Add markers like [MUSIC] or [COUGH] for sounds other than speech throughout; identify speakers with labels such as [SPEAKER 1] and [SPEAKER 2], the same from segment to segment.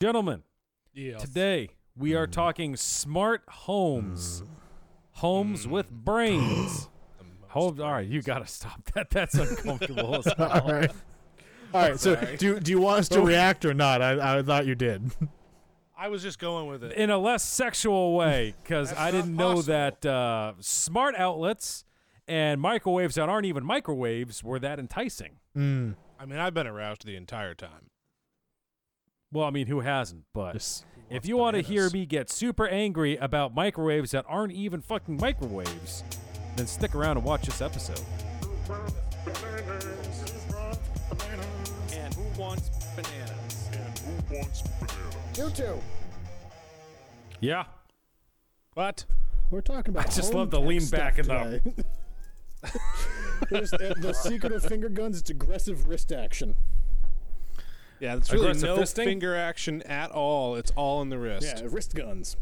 [SPEAKER 1] Gentlemen,
[SPEAKER 2] Yes. Mm.
[SPEAKER 1] today we are talking smart homes. Homes with
[SPEAKER 2] Mm. [GASPS]
[SPEAKER 1] brains. Home, all right, you got to stop that. [LAUGHS] That's uncomfortable.
[SPEAKER 2] [LAUGHS]
[SPEAKER 1] as hell.
[SPEAKER 3] [LAUGHS] All right. All right. So do do you want us
[SPEAKER 4] Oh.
[SPEAKER 3] to react or not? I, I thought you did.
[SPEAKER 2] I was just going with it.
[SPEAKER 1] in a less sexual way because I
[SPEAKER 2] That's
[SPEAKER 1] didn't
[SPEAKER 2] not
[SPEAKER 1] know
[SPEAKER 2] possible.
[SPEAKER 1] that uh, smart outlets and microwaves that aren't even microwaves were that enticing.
[SPEAKER 3] Mm.
[SPEAKER 2] I mean, I've been aroused the entire time.
[SPEAKER 1] Well, I mean, who hasn't? But
[SPEAKER 3] Yes.
[SPEAKER 1] if you want to hear
[SPEAKER 2] bananas?
[SPEAKER 1] me get super angry about microwaves that aren't even fucking microwaves, then stick around and watch this episode.
[SPEAKER 5] And who wants bananas?
[SPEAKER 3] [LAUGHS]
[SPEAKER 4] You two.
[SPEAKER 1] Yeah.
[SPEAKER 2] What?
[SPEAKER 4] We're talking about. I
[SPEAKER 1] just love to lean back and the-
[SPEAKER 4] the.
[SPEAKER 3] [LAUGHS]
[SPEAKER 4] There's uh, the secret of finger guns. It's aggressive wrist action.
[SPEAKER 2] Yeah, it's really
[SPEAKER 1] Aggressive
[SPEAKER 2] no
[SPEAKER 1] fisting?
[SPEAKER 2] finger action at all. It's all in the wrist.
[SPEAKER 4] Yeah, wrist guns.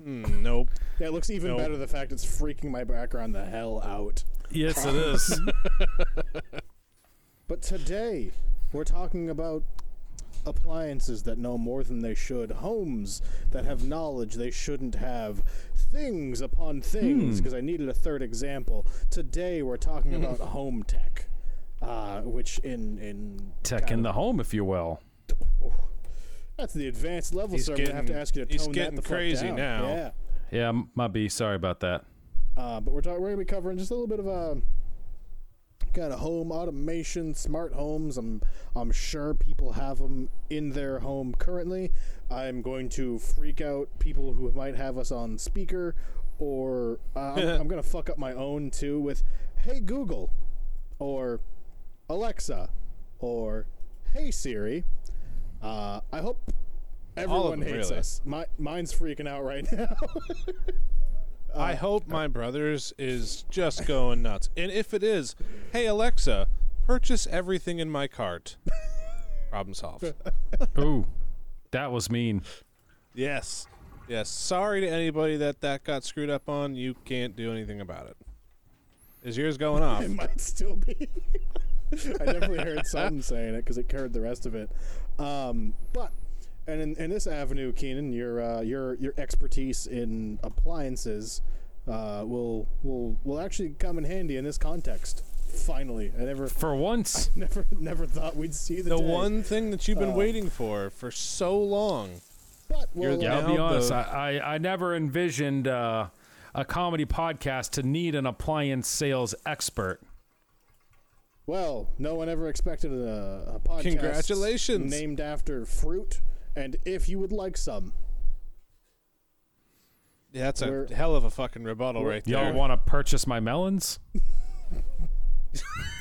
[SPEAKER 2] Mm, nope.
[SPEAKER 4] Yeah, it looks even
[SPEAKER 2] Nope.
[SPEAKER 4] better. The fact it's freaking my background the hell out.
[SPEAKER 1] Yes, it is.
[SPEAKER 4] But today, we're talking about appliances that know more than they should, homes that have knowledge they shouldn't have, things upon
[SPEAKER 2] Hmm.
[SPEAKER 4] things, because I needed a third example. Today, we're talking
[SPEAKER 2] Mm-hmm.
[SPEAKER 4] about home tech, uh, which in. in
[SPEAKER 1] Tech in
[SPEAKER 4] kind
[SPEAKER 1] the
[SPEAKER 4] of-
[SPEAKER 1] home, if you will.
[SPEAKER 4] That's the advanced level,
[SPEAKER 2] He's
[SPEAKER 4] sir. I'm going to have to
[SPEAKER 2] getting-
[SPEAKER 4] ask you to
[SPEAKER 2] he's
[SPEAKER 4] tone
[SPEAKER 2] getting
[SPEAKER 4] that the
[SPEAKER 2] crazy
[SPEAKER 4] fuck down.
[SPEAKER 2] now.
[SPEAKER 4] Yeah.
[SPEAKER 1] Yeah, m- my B. Sorry about that.
[SPEAKER 4] Uh, but we're talking. We're gonna be covering just a little bit of a kind of home automation, smart homes. I'm I'm sure people have them in their home currently. I'm going to freak out people who might have us on speaker, or uh,
[SPEAKER 2] [LAUGHS]
[SPEAKER 4] I'm, I'm gonna fuck up my own too with, "Hey Google," or "Alexa," or "Hey Siri." Uh, I hope everyone
[SPEAKER 2] them,
[SPEAKER 4] hates
[SPEAKER 2] really.
[SPEAKER 4] us. My mine's freaking out right [LAUGHS] now.
[SPEAKER 2] I hope my brother's is just going nuts. And if it is, hey Alexa, purchase everything in my [LAUGHS] cart. Problem solved.
[SPEAKER 1] Ooh, that was mean.
[SPEAKER 2] yes. Yes. Sorry to anybody that that got screwed up on. You can't do anything about it. Is yours going [LAUGHS] off?
[SPEAKER 4] It might still be. [LAUGHS] I
[SPEAKER 2] [LAUGHS]
[SPEAKER 4] definitely heard some saying it because it covered the rest of it. Um, but and in, in this avenue, Keenan, your uh, your your expertise in appliances uh, will will will actually come in handy in this context. Finally, I never [LAUGHS]
[SPEAKER 1] For once,
[SPEAKER 4] never never thought we'd see the,
[SPEAKER 2] The
[SPEAKER 4] day.
[SPEAKER 2] one thing that you've been waiting for for so long.
[SPEAKER 4] But
[SPEAKER 2] You're
[SPEAKER 4] we'll,
[SPEAKER 2] the-
[SPEAKER 4] uh,
[SPEAKER 1] I'll be
[SPEAKER 2] Now
[SPEAKER 1] honest.
[SPEAKER 2] the-
[SPEAKER 1] I, I, I never envisioned uh, a comedy podcast to need an appliance sales expert.
[SPEAKER 4] well, no one ever expected a, a podcast.
[SPEAKER 2] Congratulations.
[SPEAKER 4] named after fruit. And if you would like some,
[SPEAKER 2] Yeah, that's a
[SPEAKER 4] We're-
[SPEAKER 2] hell of a fucking rebuttal right there.
[SPEAKER 1] Y'all want to purchase my melons? [LAUGHS]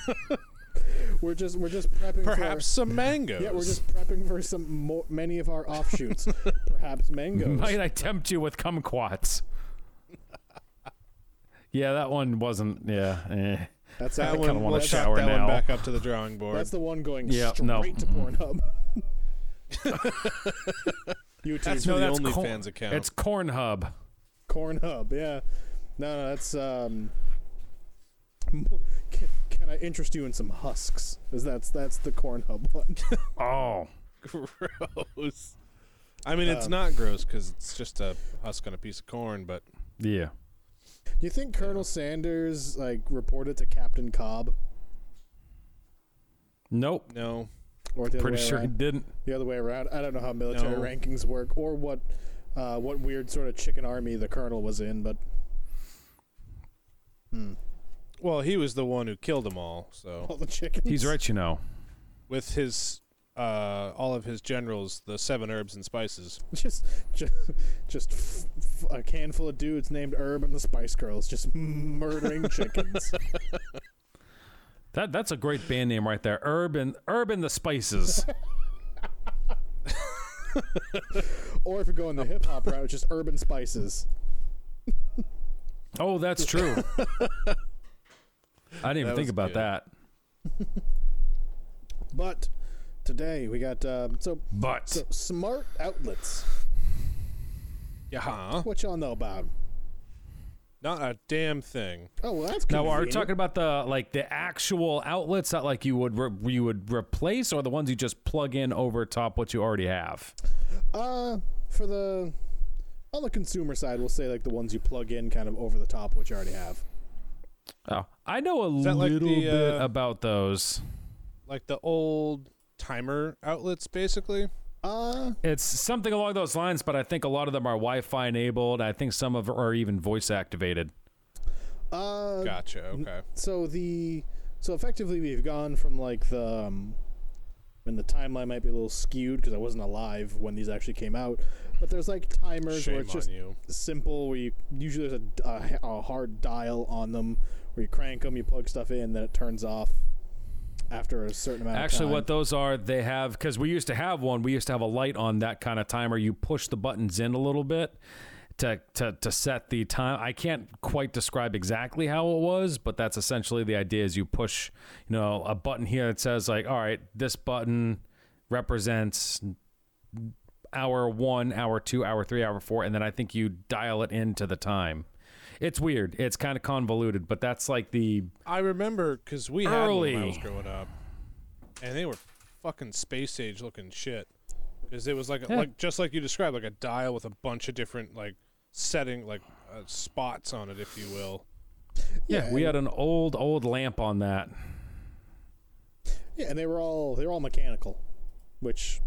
[SPEAKER 4] we're just we're just prepping. for-
[SPEAKER 2] Perhaps some mangoes.
[SPEAKER 4] Yeah, we're just prepping for some more, many of our offshoots,
[SPEAKER 1] [LAUGHS]
[SPEAKER 4] perhaps mangoes.
[SPEAKER 1] Might I tempt you with kumquats? yeah, that one wasn't. Yeah, eh.
[SPEAKER 4] That's
[SPEAKER 2] that
[SPEAKER 4] the-
[SPEAKER 2] one.
[SPEAKER 1] wanna
[SPEAKER 2] let's
[SPEAKER 1] shower
[SPEAKER 2] that
[SPEAKER 1] now.
[SPEAKER 2] One back up to the drawing board.
[SPEAKER 4] That's the one going
[SPEAKER 1] Yeah,
[SPEAKER 4] straight
[SPEAKER 1] no. [LAUGHS]
[SPEAKER 4] to Pornhub. YouTube,
[SPEAKER 2] That's
[SPEAKER 1] no,
[SPEAKER 2] the
[SPEAKER 1] that's
[SPEAKER 2] OnlyFans
[SPEAKER 1] Cor-
[SPEAKER 2] account.
[SPEAKER 1] It's Cornhub.
[SPEAKER 4] Cornhub. Yeah, no, no, that's um. Can, can I interest you in some husks? Is that's that's the Cornhub
[SPEAKER 1] [LAUGHS]
[SPEAKER 4] one?
[SPEAKER 1] Oh,
[SPEAKER 2] gross. I mean,
[SPEAKER 4] Uh,
[SPEAKER 2] it's not gross because it's just a husk on a piece of corn, but
[SPEAKER 1] yeah.
[SPEAKER 4] you think Colonel Sanders like reported to Captain Cobb,
[SPEAKER 1] Nope.
[SPEAKER 2] no.
[SPEAKER 4] or the other
[SPEAKER 1] Pretty
[SPEAKER 4] way
[SPEAKER 1] sure
[SPEAKER 4] around?
[SPEAKER 1] it didn't.
[SPEAKER 4] the other way around. I don't know how military
[SPEAKER 2] No.
[SPEAKER 4] rankings work or what uh, what weird sort of chicken army the colonel was in, but [LAUGHS]
[SPEAKER 2] Well, he was the one who killed them all, so
[SPEAKER 4] all the chickens.
[SPEAKER 1] He's right, you know.
[SPEAKER 2] with his uh, all of his generals, the seven herbs and spices.
[SPEAKER 4] [LAUGHS] Just just just f- f- a handful of dudes named Herb and the Spice Girls
[SPEAKER 1] [LAUGHS]
[SPEAKER 4] just murdering chickens.
[SPEAKER 1] That that's a great band name right there. Urban Urban the Spices.
[SPEAKER 4] Or if you're going the hip hop route, just Urban Spices.
[SPEAKER 1] oh, that's true. I didn't even
[SPEAKER 2] That
[SPEAKER 1] think
[SPEAKER 2] was
[SPEAKER 1] about
[SPEAKER 2] good.
[SPEAKER 1] that.
[SPEAKER 4] But today we got uh, so
[SPEAKER 1] But
[SPEAKER 4] so smart outlets.
[SPEAKER 2] Yeah.
[SPEAKER 4] What y'all know about? 'em?
[SPEAKER 2] Not a damn thing.
[SPEAKER 4] Oh well, that's
[SPEAKER 1] Now, are we
[SPEAKER 4] convenient.
[SPEAKER 1] talking about the like the actual outlets, not like you would re- you would replace, or the ones you just plug in over top what you already have?
[SPEAKER 4] Uh, for the on the consumer side, we'll say like the ones you plug in, kind of over the top, which you already have.
[SPEAKER 1] Oh, I know a
[SPEAKER 2] that
[SPEAKER 1] little
[SPEAKER 2] like the,
[SPEAKER 1] bit
[SPEAKER 2] uh,
[SPEAKER 1] about those.
[SPEAKER 2] Like the old timer outlets, basically.
[SPEAKER 4] Uh,
[SPEAKER 1] It's something along those lines, but I think a lot of them are Wi-Fi enabled. I think some of are even voice activated.
[SPEAKER 4] uh.
[SPEAKER 2] Gotcha. Okay.
[SPEAKER 4] So the so effectively we've gone from like the um, and the timeline might be a little skewed because I wasn't alive when these actually came out, but there's like timers where
[SPEAKER 2] Shame
[SPEAKER 4] it's just
[SPEAKER 2] on you.
[SPEAKER 4] simple where you usually there's a, a, a hard dial on them where you crank them, you plug stuff in, then it turns off after a certain amount.
[SPEAKER 1] Actually,
[SPEAKER 4] of time.
[SPEAKER 1] what those are, they have because we used to have one. We used to have a light on that kind of timer. You push the buttons in a little bit to to to set the time. I can't quite describe exactly how it was, but that's essentially the idea. Is you push, you know, a button here that says like, all right, this button represents hour one, hour two, hour three, hour four, and then I think you dial it into the time. It's weird. It's kind of convoluted, but that's like the
[SPEAKER 2] I remember because we had one when I
[SPEAKER 1] Early.
[SPEAKER 2] was growing up, and they were fucking space age looking shit. Because it was like, a,
[SPEAKER 1] Yeah.
[SPEAKER 2] like just like you described, like a dial with a bunch of different like setting like uh, spots on it, if you will.
[SPEAKER 1] yeah. We had an old old lamp on that.
[SPEAKER 4] Yeah, and they were all they were all mechanical, which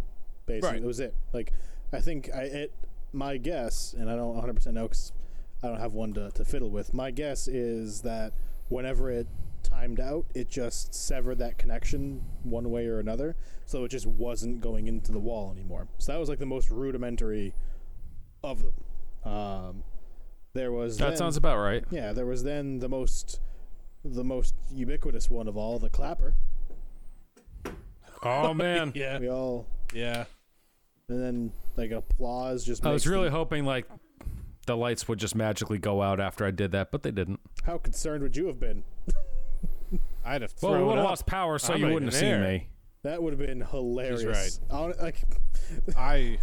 [SPEAKER 4] basically
[SPEAKER 2] Right.
[SPEAKER 4] that was it. Like, I think I it my guess, and I don't 100 percent know because I don't have one to, to fiddle with. My guess is that whenever it timed out, it just severed that connection one way or another, so it just wasn't going into the wall anymore. So that was like the most rudimentary of them. Um, there was
[SPEAKER 1] That
[SPEAKER 4] then-
[SPEAKER 1] sounds about right.
[SPEAKER 4] yeah, there was then the most the most ubiquitous one of all, the clapper.
[SPEAKER 1] Oh man.
[SPEAKER 2] Yeah.
[SPEAKER 4] We all
[SPEAKER 2] Yeah.
[SPEAKER 4] and then like applause just.
[SPEAKER 1] I was
[SPEAKER 4] makes
[SPEAKER 1] really
[SPEAKER 4] them-
[SPEAKER 1] hoping like the lights would just magically go out after I did that, but they didn't.
[SPEAKER 4] how concerned would you have been?
[SPEAKER 2] I'd have
[SPEAKER 1] Well, we
[SPEAKER 2] thrown
[SPEAKER 1] would have
[SPEAKER 2] up.
[SPEAKER 1] lost power, so
[SPEAKER 2] I'm
[SPEAKER 1] you
[SPEAKER 2] not
[SPEAKER 1] wouldn't have
[SPEAKER 2] even
[SPEAKER 1] seen
[SPEAKER 2] there.
[SPEAKER 1] me.
[SPEAKER 4] That would have been hilarious.
[SPEAKER 2] right.
[SPEAKER 4] I don't- like,
[SPEAKER 2] I,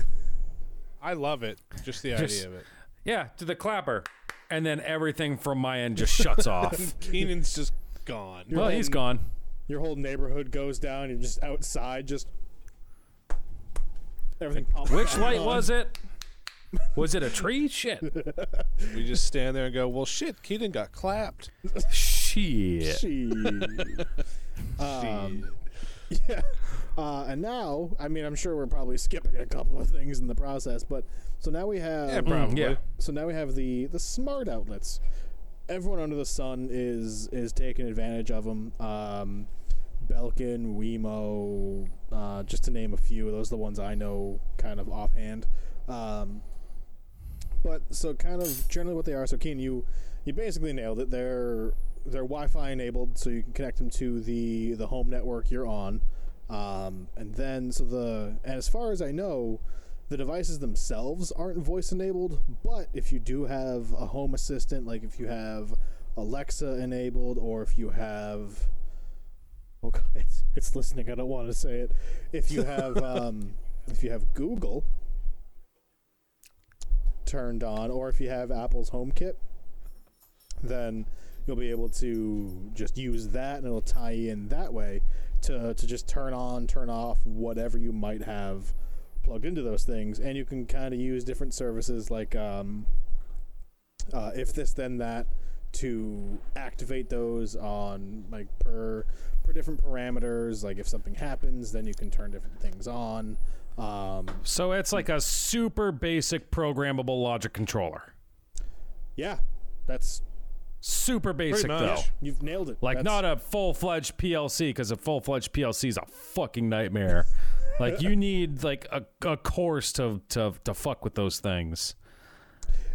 [SPEAKER 2] I love it. Just the
[SPEAKER 1] Just-
[SPEAKER 4] [LAUGHS]
[SPEAKER 2] idea of it.
[SPEAKER 1] Yeah, to the clapper, and then everything from my end just
[SPEAKER 2] [LAUGHS]
[SPEAKER 1] shuts off.
[SPEAKER 2] Keenan's just gone.
[SPEAKER 1] well, he's gone.
[SPEAKER 4] your whole neighborhood goes down. You're just outside, just everything. pops
[SPEAKER 1] Which
[SPEAKER 4] back
[SPEAKER 1] light
[SPEAKER 4] on.
[SPEAKER 1] was it? Was it a
[SPEAKER 2] [LAUGHS]
[SPEAKER 1] tree? Shit.
[SPEAKER 2] We just stand there and go, well, shit, Keenan got clapped.
[SPEAKER 1] Shit.
[SPEAKER 4] Gee. Um, [LAUGHS] yeah. Uh, and now, I mean, I'm sure we're probably skipping a couple of things in the process, but so now we have
[SPEAKER 2] Yeah, probably.
[SPEAKER 1] Yeah.
[SPEAKER 4] so now we have the the smart outlets everyone under the sun is is taking advantage of them um belkin wemo uh just to name a few those are the ones i know kind of offhand um but so kind of generally what they are so keen you you basically nailed it they're they're wi-fi enabled so you can connect them to the the home network you're on um, and then so the and as far as i know the devices themselves aren't voice enabled but if you do have a home assistant like if you have alexa enabled or if you have oh [LAUGHS] god it's, it's listening i don't want to say it if you have um, if you have google turned on, or if you have Apple's HomeKit, then you'll be able to just use that, and it'll tie in that way to to just turn on, turn off whatever you might have plugged into those things, and you can kind of use different services like um, uh, if this then that to activate those on like per per different parameters like if something happens then you can turn different things on um,
[SPEAKER 1] So it's like a super basic programmable logic controller.
[SPEAKER 4] yeah that's
[SPEAKER 1] Super basic
[SPEAKER 2] much.
[SPEAKER 1] though.
[SPEAKER 4] You've nailed it.
[SPEAKER 1] Like
[SPEAKER 4] That's-
[SPEAKER 1] not a full fledged PLC because a full fledged PLC is a fucking nightmare.
[SPEAKER 4] [LAUGHS]
[SPEAKER 1] like you need like a, a course to, to to fuck with those things.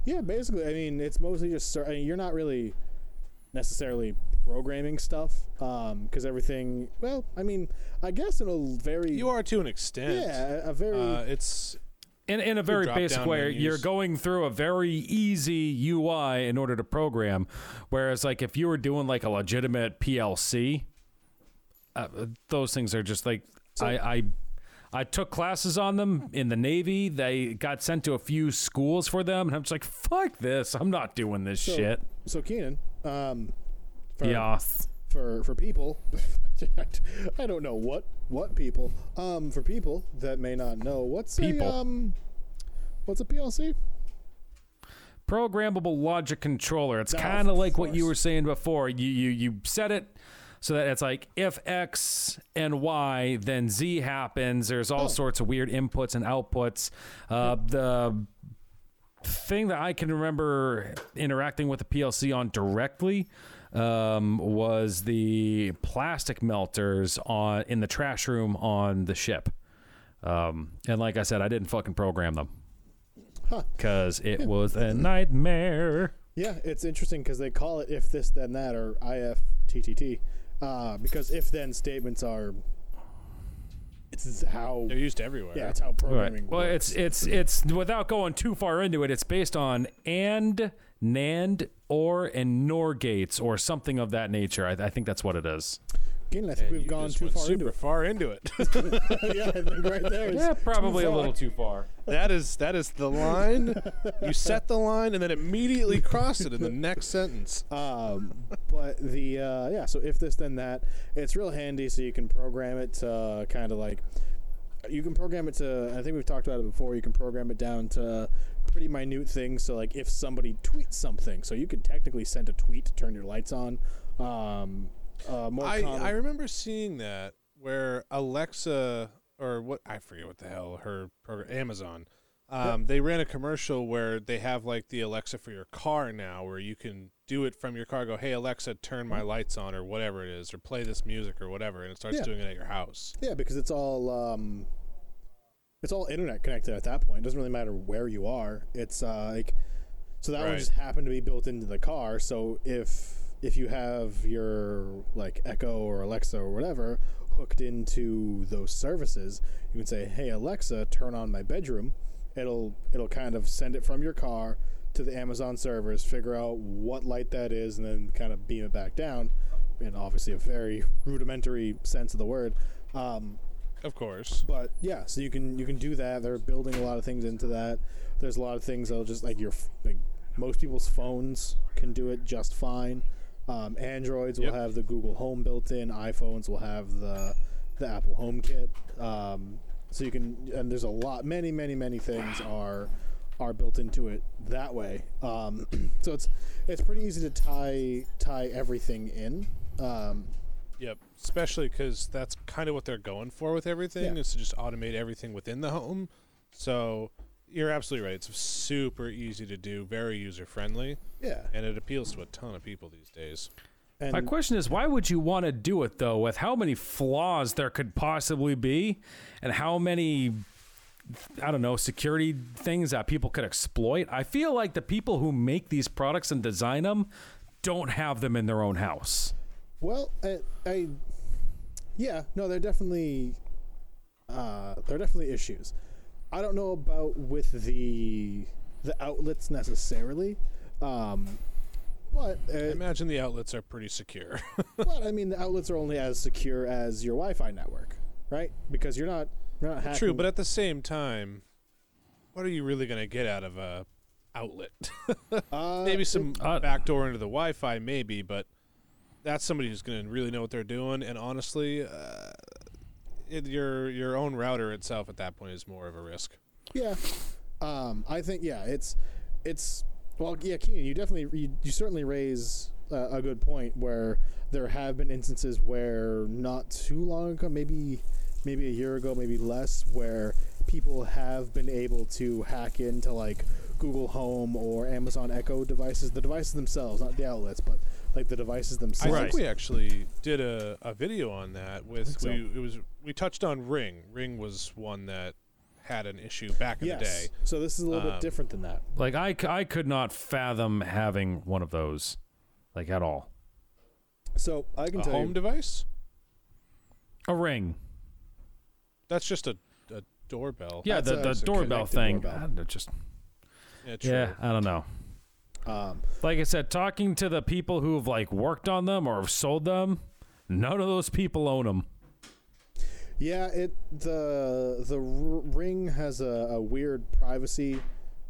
[SPEAKER 4] Yeah, basically. I mean, it's mostly just. ser- I mean, you're not really necessarily programming stuff because everything. Well, I mean, I guess in a very.
[SPEAKER 2] You are to an extent.
[SPEAKER 4] Yeah, a a very.
[SPEAKER 2] Uh, it's
[SPEAKER 1] In in a very
[SPEAKER 2] drop
[SPEAKER 1] basic
[SPEAKER 2] down
[SPEAKER 1] way, you're
[SPEAKER 2] menus.
[SPEAKER 1] going through a very easy UI in order to program. Whereas like if you were doing like a legitimate PLC, uh, those things are just like I I I took classes on them in the Navy. They got sent to a few schools for them, and I'm just like, fuck this. I'm not doing this
[SPEAKER 4] So-
[SPEAKER 1] shit.
[SPEAKER 4] So Keenan, um, for,
[SPEAKER 1] Yeah.
[SPEAKER 4] for for people, [LAUGHS] I don't know what what people. Um, for people that may not know, what's
[SPEAKER 1] People.
[SPEAKER 4] a um, what's a PLC?
[SPEAKER 1] Programmable logic controller. It's
[SPEAKER 4] Oh,
[SPEAKER 1] kind of
[SPEAKER 4] of
[SPEAKER 1] like what you
[SPEAKER 4] course.
[SPEAKER 1] were saying before. You you you set it so that it's like if X and Y, then Z happens. There's all sorts of weird inputs and outputs. Uh, the thing that I can remember interacting with the PLC on directly um, was the plastic melters on in the trash room on the ship. Um, and like I said, I didn't fucking program them because it was a nightmare.
[SPEAKER 4] Yeah, it's interesting because they call it if this then that or IFTTT, uh, because if then statements are. It's how.
[SPEAKER 2] They're used everywhere.
[SPEAKER 4] Yeah, it's how programming.
[SPEAKER 1] Well,
[SPEAKER 4] works.
[SPEAKER 1] it's it's it's without going too far into it. It's based on and NAND or and NOR gates or something of that nature. I, I think that's what it is.
[SPEAKER 4] Keenan, I think
[SPEAKER 2] You
[SPEAKER 4] we've gone
[SPEAKER 2] just
[SPEAKER 4] too
[SPEAKER 2] went
[SPEAKER 4] far
[SPEAKER 2] super
[SPEAKER 4] into it.
[SPEAKER 2] far into it.
[SPEAKER 4] [LAUGHS] yeah, I think right there. is
[SPEAKER 1] Yeah,
[SPEAKER 4] too
[SPEAKER 1] probably a
[SPEAKER 4] far.
[SPEAKER 1] little too far.
[SPEAKER 2] that is that is the line. You set the line and then immediately cross it in the next sentence.
[SPEAKER 4] Um, but the uh, yeah, so if this then that, it's real handy. So you can program it to uh, kind of like you can program it to. I think we've talked about it before. You can program it down to pretty minute things. So like if somebody tweets something, so you could technically send a tweet to turn your lights on. Um, uh, more
[SPEAKER 2] I,
[SPEAKER 4] common-
[SPEAKER 2] I remember seeing that where Alexa or what I forget what the hell her program Amazon. Um, they ran a commercial where they have like the Alexa for your car now, where you can do it from your car. Go, hey Alexa, turn my lights on, or whatever it is, or play this music, or whatever, and it starts
[SPEAKER 4] Yeah.
[SPEAKER 2] doing it at your house.
[SPEAKER 4] Yeah, because it's all um, it's all internet connected at that point. It doesn't really matter where you are. It's uh, like so that
[SPEAKER 2] Right.
[SPEAKER 4] one just happened to be built into the car. So if if you have your like Echo or Alexa or whatever hooked into those services, you can say, "Hey Alexa, turn on my bedroom." It'll it'll kind of send it from your car to the Amazon servers, figure out what light that is, and then kind of beam it back down. In obviously a very rudimentary sense of the word, um,
[SPEAKER 2] Of course,
[SPEAKER 4] but yeah, so you can you can do that. They're building a lot of things into that. There's a lot of things that'll just like your f- like most people's phones can do it just fine. Um, Androids will
[SPEAKER 2] Yep.
[SPEAKER 4] have the Google Home built in. iPhones will have the the Apple HomeKit. Um, so you can and there's a lot, many, many, many things are are built into it that way. Um, [CLEARS THROAT] so it's it's pretty easy to tie tie everything in. Um,
[SPEAKER 2] yep. Especially because that's kind of what they're going for with everything
[SPEAKER 4] Yeah.
[SPEAKER 2] is to just automate everything within the home. So you're absolutely right. It's super easy to do, very user friendly.
[SPEAKER 4] yeah,
[SPEAKER 2] and it appeals to a ton of people these days.
[SPEAKER 4] and
[SPEAKER 1] My question is, why would you want to do it though? With how many flaws there could possibly be, and how many, I don't know, security things that people could exploit. I feel like the people who make these products and design them don't have them in their own house.
[SPEAKER 4] Well, I, I yeah, no, they're definitely uh, they're definitely issues. I don't know about with the the outlets necessarily, um, but
[SPEAKER 2] I
[SPEAKER 4] uh,
[SPEAKER 2] imagine the outlets are pretty secure. [LAUGHS]
[SPEAKER 4] but I mean the outlets are only as secure as your Wi-Fi network, right? Because you're not you're not hacking.
[SPEAKER 2] True, but at the same time, what are you really going to get out of a outlet? [LAUGHS]
[SPEAKER 4] uh,
[SPEAKER 2] maybe some
[SPEAKER 1] Uh,
[SPEAKER 2] backdoor into the Wi-Fi, maybe, but that's somebody who's going to really know what they're doing. And honestly, uh, it, your your own router itself at that point is more of a risk.
[SPEAKER 4] Yeah, um, I think yeah, it's it's well, yeah, Keenan, you definitely you, you certainly raise uh, a good point where there have been instances where not too long ago, maybe maybe a year ago, maybe less, where people have been able to hack into like Google Home or Amazon Echo devices, the devices themselves, not the outlets, but like the devices
[SPEAKER 2] I
[SPEAKER 4] themselves.
[SPEAKER 2] think we actually did a, a video on that with
[SPEAKER 4] so.
[SPEAKER 2] we it was we touched on Ring. Ring was one that had an issue back in the day.
[SPEAKER 4] Yes. So this is a little
[SPEAKER 2] Um,
[SPEAKER 4] bit different than that.
[SPEAKER 1] Like I, c- I could not fathom having one of those, like at all.
[SPEAKER 4] So I can
[SPEAKER 2] A
[SPEAKER 4] tell
[SPEAKER 2] home
[SPEAKER 4] you,
[SPEAKER 2] device?
[SPEAKER 1] A ring,
[SPEAKER 2] That's just a, a doorbell.
[SPEAKER 1] yeah,
[SPEAKER 4] That's
[SPEAKER 1] the,
[SPEAKER 4] a-
[SPEAKER 1] the
[SPEAKER 4] it's a
[SPEAKER 1] doorbell
[SPEAKER 4] connected
[SPEAKER 1] thing.
[SPEAKER 4] doorbell.
[SPEAKER 1] God, they're just
[SPEAKER 2] Yeah, true.
[SPEAKER 1] yeah, I don't know.
[SPEAKER 4] um,
[SPEAKER 1] Like I said, talking to the people who've like worked on them or have sold them, none of those people own them.
[SPEAKER 4] Yeah, it the the r- ring has a, a weird privacy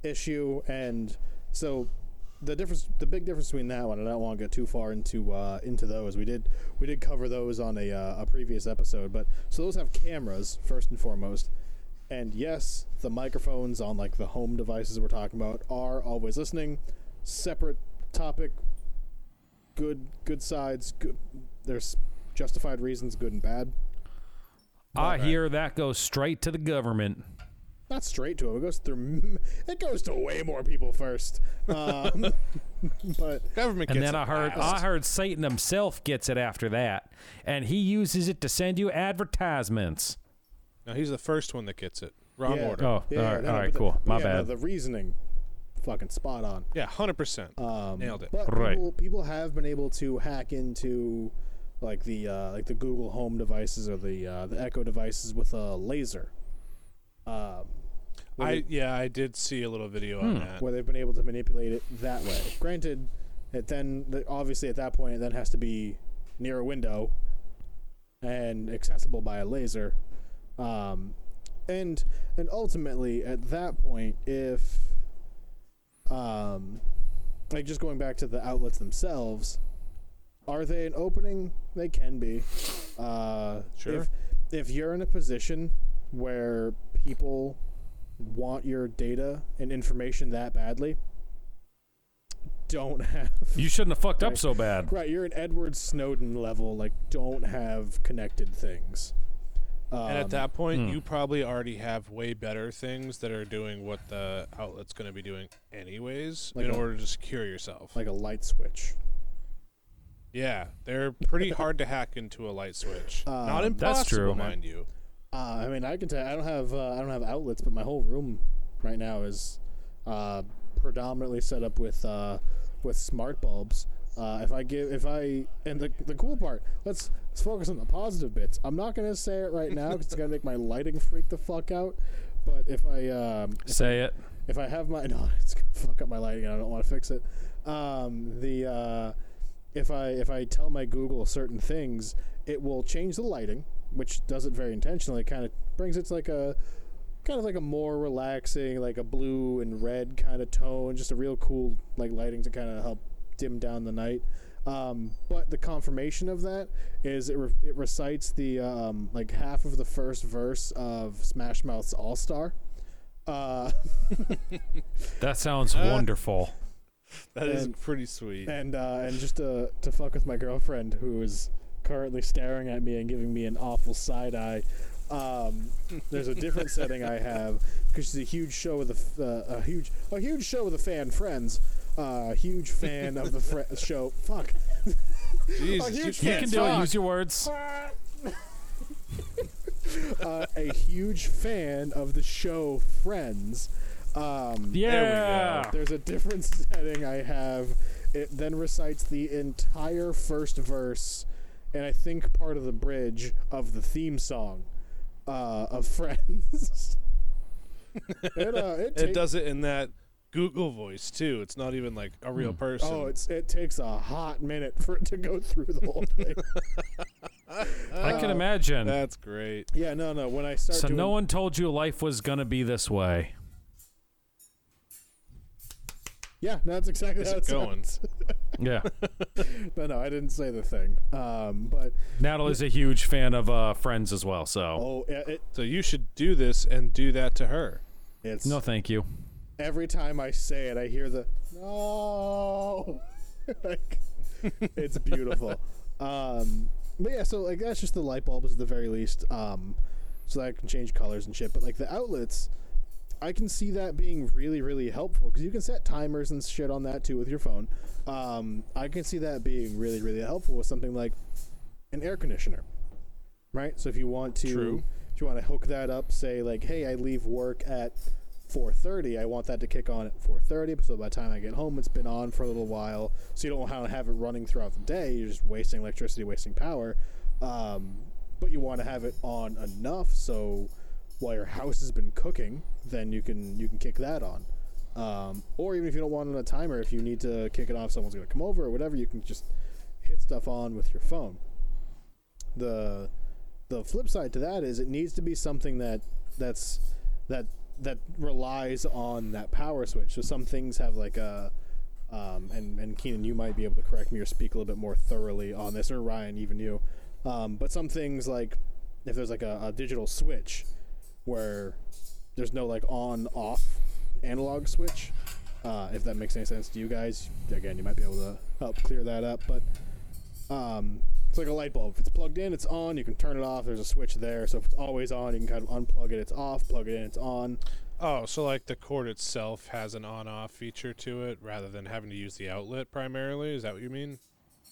[SPEAKER 4] issue, and so the difference, the big difference between that one, and I don't want to get too far into uh, into those. We did we did cover those on a uh, a previous episode, but so those have cameras first and foremost, and yes, the microphones on like the home devices we're talking about are always listening. Separate topic, good good sides. Good, there's justified reasons, good and bad.
[SPEAKER 1] I hear that goes straight to the government.
[SPEAKER 4] not straight to him. It goes through. m- It goes to way more people first. Um, [LAUGHS] but
[SPEAKER 2] Government
[SPEAKER 1] And
[SPEAKER 2] gets
[SPEAKER 1] then
[SPEAKER 2] it
[SPEAKER 1] I heard I
[SPEAKER 2] last.
[SPEAKER 1] heard Satan himself gets it after that, and he uses it to send you advertisements.
[SPEAKER 2] no, he's the first one that gets it. Wrong
[SPEAKER 4] yeah,
[SPEAKER 2] order.
[SPEAKER 1] Oh, all right,
[SPEAKER 4] no,
[SPEAKER 1] all right,
[SPEAKER 4] but the-
[SPEAKER 1] cool.
[SPEAKER 4] but
[SPEAKER 1] My
[SPEAKER 4] yeah, no,
[SPEAKER 1] bad.
[SPEAKER 4] the reasoning, fucking spot on.
[SPEAKER 2] Yeah, hundred percent.
[SPEAKER 4] Um,
[SPEAKER 2] Nailed it.
[SPEAKER 4] But
[SPEAKER 1] Right.
[SPEAKER 4] people, people have been able to hack into like the uh, like the Google Home devices or the uh, the Echo devices with a laser. Um, where
[SPEAKER 2] I
[SPEAKER 4] they-
[SPEAKER 2] yeah, I did see a little video
[SPEAKER 1] Hmm.
[SPEAKER 2] on that.
[SPEAKER 4] where they've been able to manipulate it that way. Granted, it then th- obviously at that point it then has to be near a window and accessible by a laser, um, and and ultimately at that point if um, like just going back to the outlets themselves, are they an opening? They can be. Uh,
[SPEAKER 2] Sure.
[SPEAKER 4] If, if you're in a position where people want your data and information that badly, don't [LAUGHS] have.
[SPEAKER 1] You shouldn't have fucked up so bad.
[SPEAKER 4] Right, you're an Edward Snowden level. Like, don't have connected things.
[SPEAKER 2] and
[SPEAKER 4] um,
[SPEAKER 2] at that point,
[SPEAKER 1] hmm.
[SPEAKER 2] you probably already have way better things that are doing what the outlet's going to be doing anyways
[SPEAKER 4] Like
[SPEAKER 2] in
[SPEAKER 4] a-
[SPEAKER 2] order to secure yourself.
[SPEAKER 4] Like a light switch.
[SPEAKER 2] yeah, they're pretty hard to hack into a light switch.
[SPEAKER 4] Um,
[SPEAKER 2] Not impossible,
[SPEAKER 1] that's true.
[SPEAKER 2] mind you.
[SPEAKER 4] Uh, I mean, I can tell. I don't have. Uh, I don't have outlets, but my whole room right now is uh, predominantly set up with uh, with smart bulbs. Uh, if I give, if I, and the, the cool part, let's, let's focus on the positive bits. I'm not gonna say it right now because it's gonna make my lighting freak the fuck out. But if I um,
[SPEAKER 1] Say it.
[SPEAKER 4] if I have my [LAUGHS] no, it's gonna fuck up my lighting, and I don't want to fix it. Um, the uh, if I if I tell my Google certain things, it will change the lighting, which does it very intentionally. Kind of brings it to like a kind of like a more relaxing, like a blue and red kind of tone, just a real cool like lighting to kind of help dim down the night. Um, but the confirmation of that is it, re- it recites the um, like half of the first verse of Smash Mouth's All Star. Uh, [LAUGHS]
[SPEAKER 1] That sounds wonderful.
[SPEAKER 2] That is
[SPEAKER 4] And-
[SPEAKER 2] pretty sweet.
[SPEAKER 4] and uh, and just to to fuck with my girlfriend who is currently staring at me and giving me an awful side eye. Um, there's a different setting I have because she's a huge show with a f- uh, a huge a huge show with a fan friends. Uh, huge fan of the fr- [LAUGHS] show. Fuck.
[SPEAKER 2] Jesus,
[SPEAKER 4] huge
[SPEAKER 2] you
[SPEAKER 1] You
[SPEAKER 4] fan.
[SPEAKER 2] can't
[SPEAKER 1] can
[SPEAKER 4] Can't
[SPEAKER 1] do it.
[SPEAKER 4] talk.
[SPEAKER 1] Use your words.
[SPEAKER 4] Uh, a huge fan of the show Friends. Um,
[SPEAKER 1] Yeah.
[SPEAKER 4] There's a different [LAUGHS] setting I have. It then recites the entire first verse, and I think part of the bridge of the theme song uh, of [LAUGHS] Friends. it, uh,
[SPEAKER 1] [LAUGHS]
[SPEAKER 4] it,
[SPEAKER 2] It
[SPEAKER 4] ta-
[SPEAKER 2] does it in that Google voice too. It's not even like a
[SPEAKER 1] Hmm.
[SPEAKER 2] real person.
[SPEAKER 4] Oh, it's it takes a hot minute for it to go through the whole
[SPEAKER 1] [LAUGHS]
[SPEAKER 4] thing.
[SPEAKER 1] I can imagine.
[SPEAKER 2] that's great.
[SPEAKER 4] yeah, no, no. When I start
[SPEAKER 1] So
[SPEAKER 4] doing,
[SPEAKER 1] no one told you life was gonna be this way.
[SPEAKER 4] [LAUGHS] yeah, no, that's exactly
[SPEAKER 2] How's
[SPEAKER 4] how
[SPEAKER 2] it
[SPEAKER 4] sounds.
[SPEAKER 2] going?
[SPEAKER 1] [LAUGHS] Yeah.
[SPEAKER 4] [LAUGHS] No, no, I didn't say the thing. Um, but
[SPEAKER 1] Natalie's a huge fan of uh, Friends as well. So
[SPEAKER 4] oh, it, it,
[SPEAKER 2] So you should do this and do that to her.
[SPEAKER 4] it's
[SPEAKER 1] no, thank you.
[SPEAKER 4] every time I say it, I hear the no. [LAUGHS] like, it's beautiful. um, but yeah, so like that's just the light bulbs at the very least, um, so that I can change colors and shit. But like the outlets, I can see that being really, really helpful because you can set timers and shit on that too with your phone. Um, I can see that being really, really helpful with something like an air conditioner, right? So if you want to,
[SPEAKER 2] True.
[SPEAKER 4] if you want to hook that up, say like, hey, I leave work at 4:30. I want that to kick on at 4:30, so by the time I get home, it's been on for a little while. So you don't have to have it running throughout the day. You're just wasting electricity, wasting power. Um, but you want to have it on enough so while your house has been cooking, then you can you can kick that on. Um, or even if you don't want it on a timer, if you need to kick it off, someone's gonna come over or whatever, you can just hit stuff on with your phone. The the flip side to that is it needs to be something that that's that that relies on that power switch. So some things have like a um, and and Keenan, you might be able to correct me or speak a little bit more thoroughly on this, or Ryan, even you. Um, but some things like if there's like a, a digital switch where there's no like on off analog switch. Uh, if that makes any sense to you guys, again, you might be able to help clear that up. But um, it's like a light bulb. If it's plugged in, it's on. You can turn it off. There's a switch there. So if it's always on, you can kind of unplug it. It's off. Plug it in. It's on.
[SPEAKER 2] Oh, so like the cord itself has an on-off feature to it, rather than having to use the outlet primarily. Is that what you mean?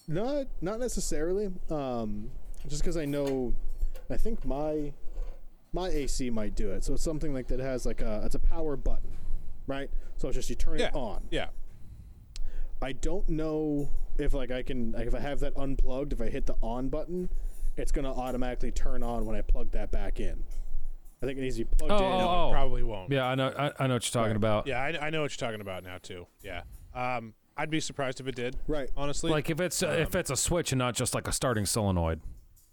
[SPEAKER 4] Not not necessarily. Um, just because I know, I think my my AC might do it. So it's something like that has like a it's a power button, right? So it's just you turn
[SPEAKER 2] Yeah.
[SPEAKER 4] it on.
[SPEAKER 2] Yeah.
[SPEAKER 4] I don't know if like I can like, if I have that unplugged. If I hit the on button, it's gonna automatically turn on when I plug that back in. I think it needs to be plugged
[SPEAKER 1] Oh,
[SPEAKER 4] in.
[SPEAKER 1] oh, oh.
[SPEAKER 2] Probably won't.
[SPEAKER 1] Yeah, I know. I, I know what you're talking about.
[SPEAKER 2] Yeah, I, I know what you're talking about now too. Yeah. Um, I'd be surprised if it did.
[SPEAKER 4] Right.
[SPEAKER 2] Honestly.
[SPEAKER 1] Like if it's if it's a switch and not just like a starting solenoid.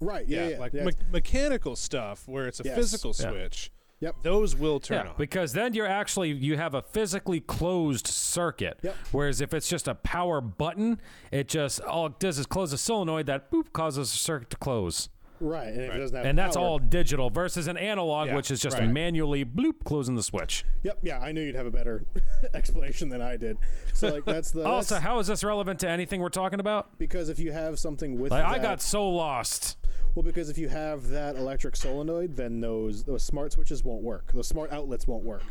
[SPEAKER 4] Right. Yeah. Yeah.
[SPEAKER 2] like
[SPEAKER 4] yeah.
[SPEAKER 2] me- mechanical stuff where it's a
[SPEAKER 4] Yes.
[SPEAKER 2] physical
[SPEAKER 1] Yeah.
[SPEAKER 2] switch.
[SPEAKER 4] Yep.
[SPEAKER 2] Those will turn on.
[SPEAKER 1] because then you're actually you have a physically closed circuit.
[SPEAKER 4] Yep.
[SPEAKER 1] Whereas if it's just a power button, it just all it does is close a solenoid that boop causes the circuit to close.
[SPEAKER 4] right. And if it doesn't have
[SPEAKER 1] And that's
[SPEAKER 4] power-
[SPEAKER 1] all digital versus an analog,
[SPEAKER 2] Yeah,
[SPEAKER 1] which is just
[SPEAKER 2] right.
[SPEAKER 1] manually bloop closing the switch.
[SPEAKER 4] Yep. Yeah. I knew you'd have a better [LAUGHS] explanation than I did. So like that's
[SPEAKER 1] [LAUGHS]
[SPEAKER 4] the
[SPEAKER 1] also,
[SPEAKER 4] that's
[SPEAKER 1] how is this relevant to anything we're talking about?
[SPEAKER 4] because if you have something with
[SPEAKER 1] Like, I
[SPEAKER 4] that-
[SPEAKER 1] got so lost.
[SPEAKER 4] Well, because if you have that electric solenoid, then those those smart switches won't work. Those smart outlets won't work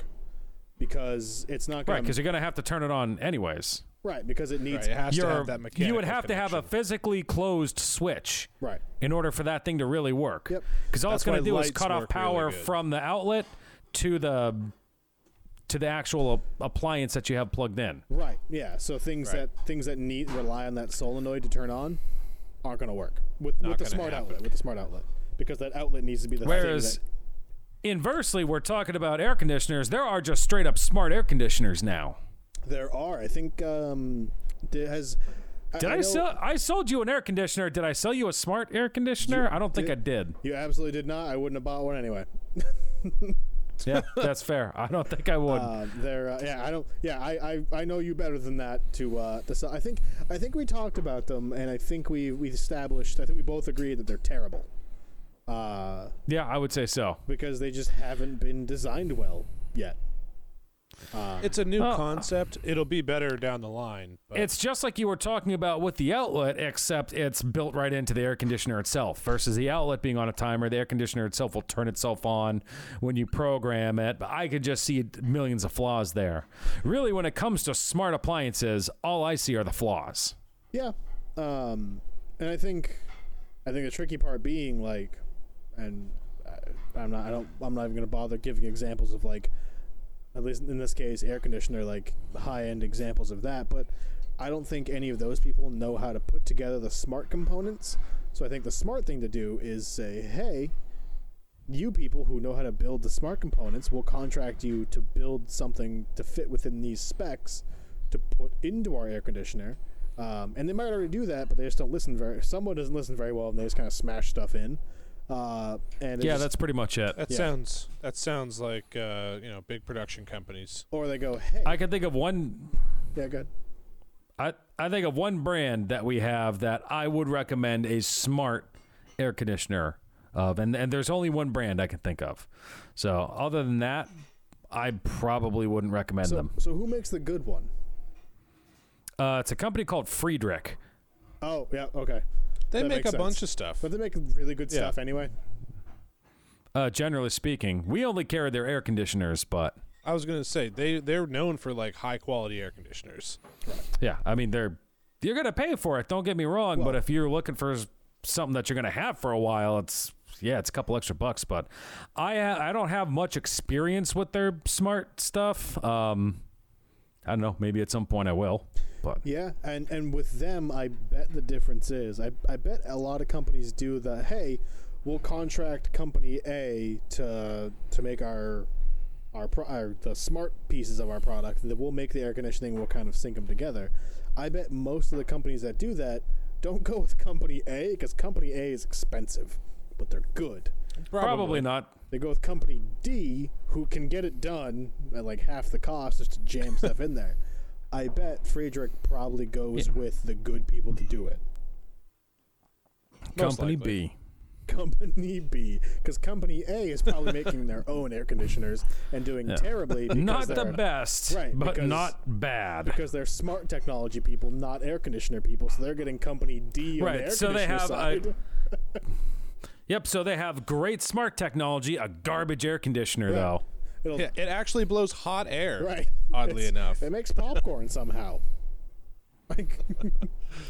[SPEAKER 4] because it's not
[SPEAKER 1] Right,
[SPEAKER 4] going
[SPEAKER 1] because you're gonna have to turn it on anyways.
[SPEAKER 4] right because it
[SPEAKER 2] Right,
[SPEAKER 4] needs
[SPEAKER 2] it has to
[SPEAKER 1] You're-
[SPEAKER 2] have that mechanical.
[SPEAKER 1] you would have to have a
[SPEAKER 2] connection.
[SPEAKER 1] physically closed switch.
[SPEAKER 4] right.
[SPEAKER 1] in order for that thing to really work.
[SPEAKER 4] Yep.
[SPEAKER 1] Because all
[SPEAKER 2] That's
[SPEAKER 1] it's going
[SPEAKER 2] why
[SPEAKER 1] to do is
[SPEAKER 2] lights
[SPEAKER 1] cut off
[SPEAKER 2] work really
[SPEAKER 1] power
[SPEAKER 2] good.
[SPEAKER 1] from the outlet to the to the actual a- appliance that you have plugged in.
[SPEAKER 4] Right. Yeah. So things
[SPEAKER 2] Right.
[SPEAKER 4] that things that need rely on that solenoid to turn on aren't going to work with, with
[SPEAKER 2] gonna
[SPEAKER 4] the smart
[SPEAKER 2] happen.
[SPEAKER 4] outlet. With the smart outlet, because that outlet needs to be the thing
[SPEAKER 1] Whereas
[SPEAKER 4] that-
[SPEAKER 1] inversely, we're talking about air conditioners. There are just straight up smart air conditioners now.
[SPEAKER 4] there are. I think um, there has.
[SPEAKER 1] Did I,
[SPEAKER 4] know
[SPEAKER 1] sell? I sold you an air conditioner. Did I sell you a smart air conditioner? I don't think I did.
[SPEAKER 4] You absolutely did not. I wouldn't have bought one anyway.
[SPEAKER 1] Yeah, that's fair. I don't think I would.
[SPEAKER 4] Uh, there, uh, yeah, I don't, yeah, I, I, I know you better than that. To, uh, to, sell- I think, I think we talked about them, and I think we we established. I think we both agreed that they're terrible, uh,
[SPEAKER 1] yeah, I would say so.
[SPEAKER 4] because they just haven't been designed well yet.
[SPEAKER 2] It's a new
[SPEAKER 1] Oh.
[SPEAKER 2] concept. It'll be better down the line. But
[SPEAKER 1] It's just like you were talking about with the outlet, except it's built right into the air conditioner itself versus the outlet being on a timer. The air conditioner itself will turn itself on when you program it. But I could just see millions of flaws there. Really, when it comes to smart appliances, all I see are the flaws.
[SPEAKER 4] Yeah, um, and I think, I think the tricky part being like, and I, I'm not, I don't, I'm not even gonna bother giving examples of like, at least in this case, air conditioner, like high end examples of that. But I don't think any of those people know how to put together the smart components. So I think the smart thing to do is say, hey, you people who know how to build the smart components will contract you to build something to fit within these specs to put into our air conditioner. Um, and they might already do that, but they just don't listen very. Someone doesn't listen very well, and they just kind of smash stuff in. Uh, and it
[SPEAKER 1] Yeah,
[SPEAKER 4] just-
[SPEAKER 1] that's pretty much it.
[SPEAKER 2] that
[SPEAKER 4] yeah.
[SPEAKER 2] sounds that sounds like uh, you know big production companies.
[SPEAKER 4] or they go, hey,
[SPEAKER 1] I can think of one.
[SPEAKER 4] yeah, good.
[SPEAKER 1] I I think of one brand that we have that I would recommend a smart air conditioner of, and and there's only one brand I can think of. So other than that, I probably wouldn't recommend
[SPEAKER 4] So,
[SPEAKER 1] them.
[SPEAKER 4] so who makes the good one?
[SPEAKER 1] Uh, it's a company called Friedrich.
[SPEAKER 4] Oh, yeah, okay.
[SPEAKER 2] They
[SPEAKER 4] That
[SPEAKER 2] make a
[SPEAKER 4] makes
[SPEAKER 2] bunch
[SPEAKER 4] sense.
[SPEAKER 2] of stuff.
[SPEAKER 4] But they make really good
[SPEAKER 2] Yeah.
[SPEAKER 4] stuff anyway.
[SPEAKER 1] Uh, generally speaking, we only carry their air conditioners, but
[SPEAKER 2] I was gonna say they they're known for like high quality air conditioners.
[SPEAKER 1] yeah, I mean they're you're gonna pay for it. Don't get me wrong, but if you're looking for s- something that you're gonna have for a while, it's yeah, it's a couple extra bucks. But I ha- I don't have much experience with their smart stuff. Um, I don't know. Maybe at some point I will. But
[SPEAKER 4] Yeah, and and with them, I bet the difference is I, I bet a lot of companies do the hey, we'll contract company A to to make our our, pro- our the smart pieces of our product and then we'll make the air conditioning we'll kind of sync them together. I bet most of the companies that do that don't go with company A because company A is expensive. but they're good.
[SPEAKER 1] Probably, not.
[SPEAKER 4] They go with company D, who can get it done at like half the cost just to
[SPEAKER 1] [LAUGHS]
[SPEAKER 4] jam stuff in there. I bet Friedrich probably goes with the good people to do it.
[SPEAKER 1] Company
[SPEAKER 2] likely.
[SPEAKER 1] B.
[SPEAKER 4] Company B, because Company A is probably
[SPEAKER 1] [LAUGHS]
[SPEAKER 4] making their own air conditioners and doing terribly. Because
[SPEAKER 1] Not the
[SPEAKER 4] they're-
[SPEAKER 1] best,
[SPEAKER 4] Right,
[SPEAKER 1] but
[SPEAKER 4] because-
[SPEAKER 1] not bad.
[SPEAKER 4] Because they're smart technology people, not air conditioner people, so they're getting Company D. On
[SPEAKER 1] Right,
[SPEAKER 4] the air
[SPEAKER 1] so they
[SPEAKER 4] conditioner
[SPEAKER 1] have a- [LAUGHS]
[SPEAKER 4] side.
[SPEAKER 1] Yep, so they have great smart technology, a garbage air conditioner though.
[SPEAKER 4] It'll,
[SPEAKER 2] Yeah, it actually blows hot air.
[SPEAKER 4] [LAUGHS] Right.
[SPEAKER 2] Oddly
[SPEAKER 4] [LAUGHS] It's-
[SPEAKER 2] enough.
[SPEAKER 4] It makes
[SPEAKER 2] [LAUGHS]
[SPEAKER 4] popcorn somehow. [LAUGHS] Like,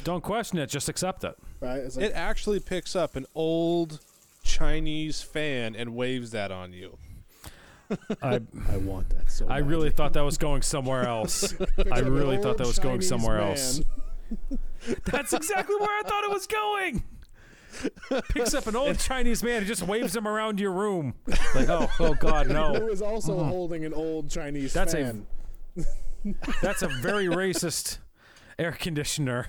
[SPEAKER 1] Don't question it, just accept it.
[SPEAKER 4] right? It's like,
[SPEAKER 2] It actually picks up an old Chinese fan and waves that on you.
[SPEAKER 1] I
[SPEAKER 4] I want that so
[SPEAKER 1] I
[SPEAKER 4] bad.
[SPEAKER 1] really thought that was going somewhere
[SPEAKER 4] [LAUGHS]
[SPEAKER 1] else. I
[SPEAKER 4] It's like an
[SPEAKER 1] really thought
[SPEAKER 4] old
[SPEAKER 1] that was going
[SPEAKER 4] Chinese
[SPEAKER 1] somewhere
[SPEAKER 4] man.
[SPEAKER 1] else. [LAUGHS] That's exactly where I thought it was going. Picks up an old Chinese man and just waves him around your room. Like, oh, oh God,
[SPEAKER 4] [LAUGHS] Who
[SPEAKER 1] no.
[SPEAKER 4] is also holding an old Chinese
[SPEAKER 1] Uh-huh. That's a-
[SPEAKER 4] fan.
[SPEAKER 1] That's a very racist air conditioner.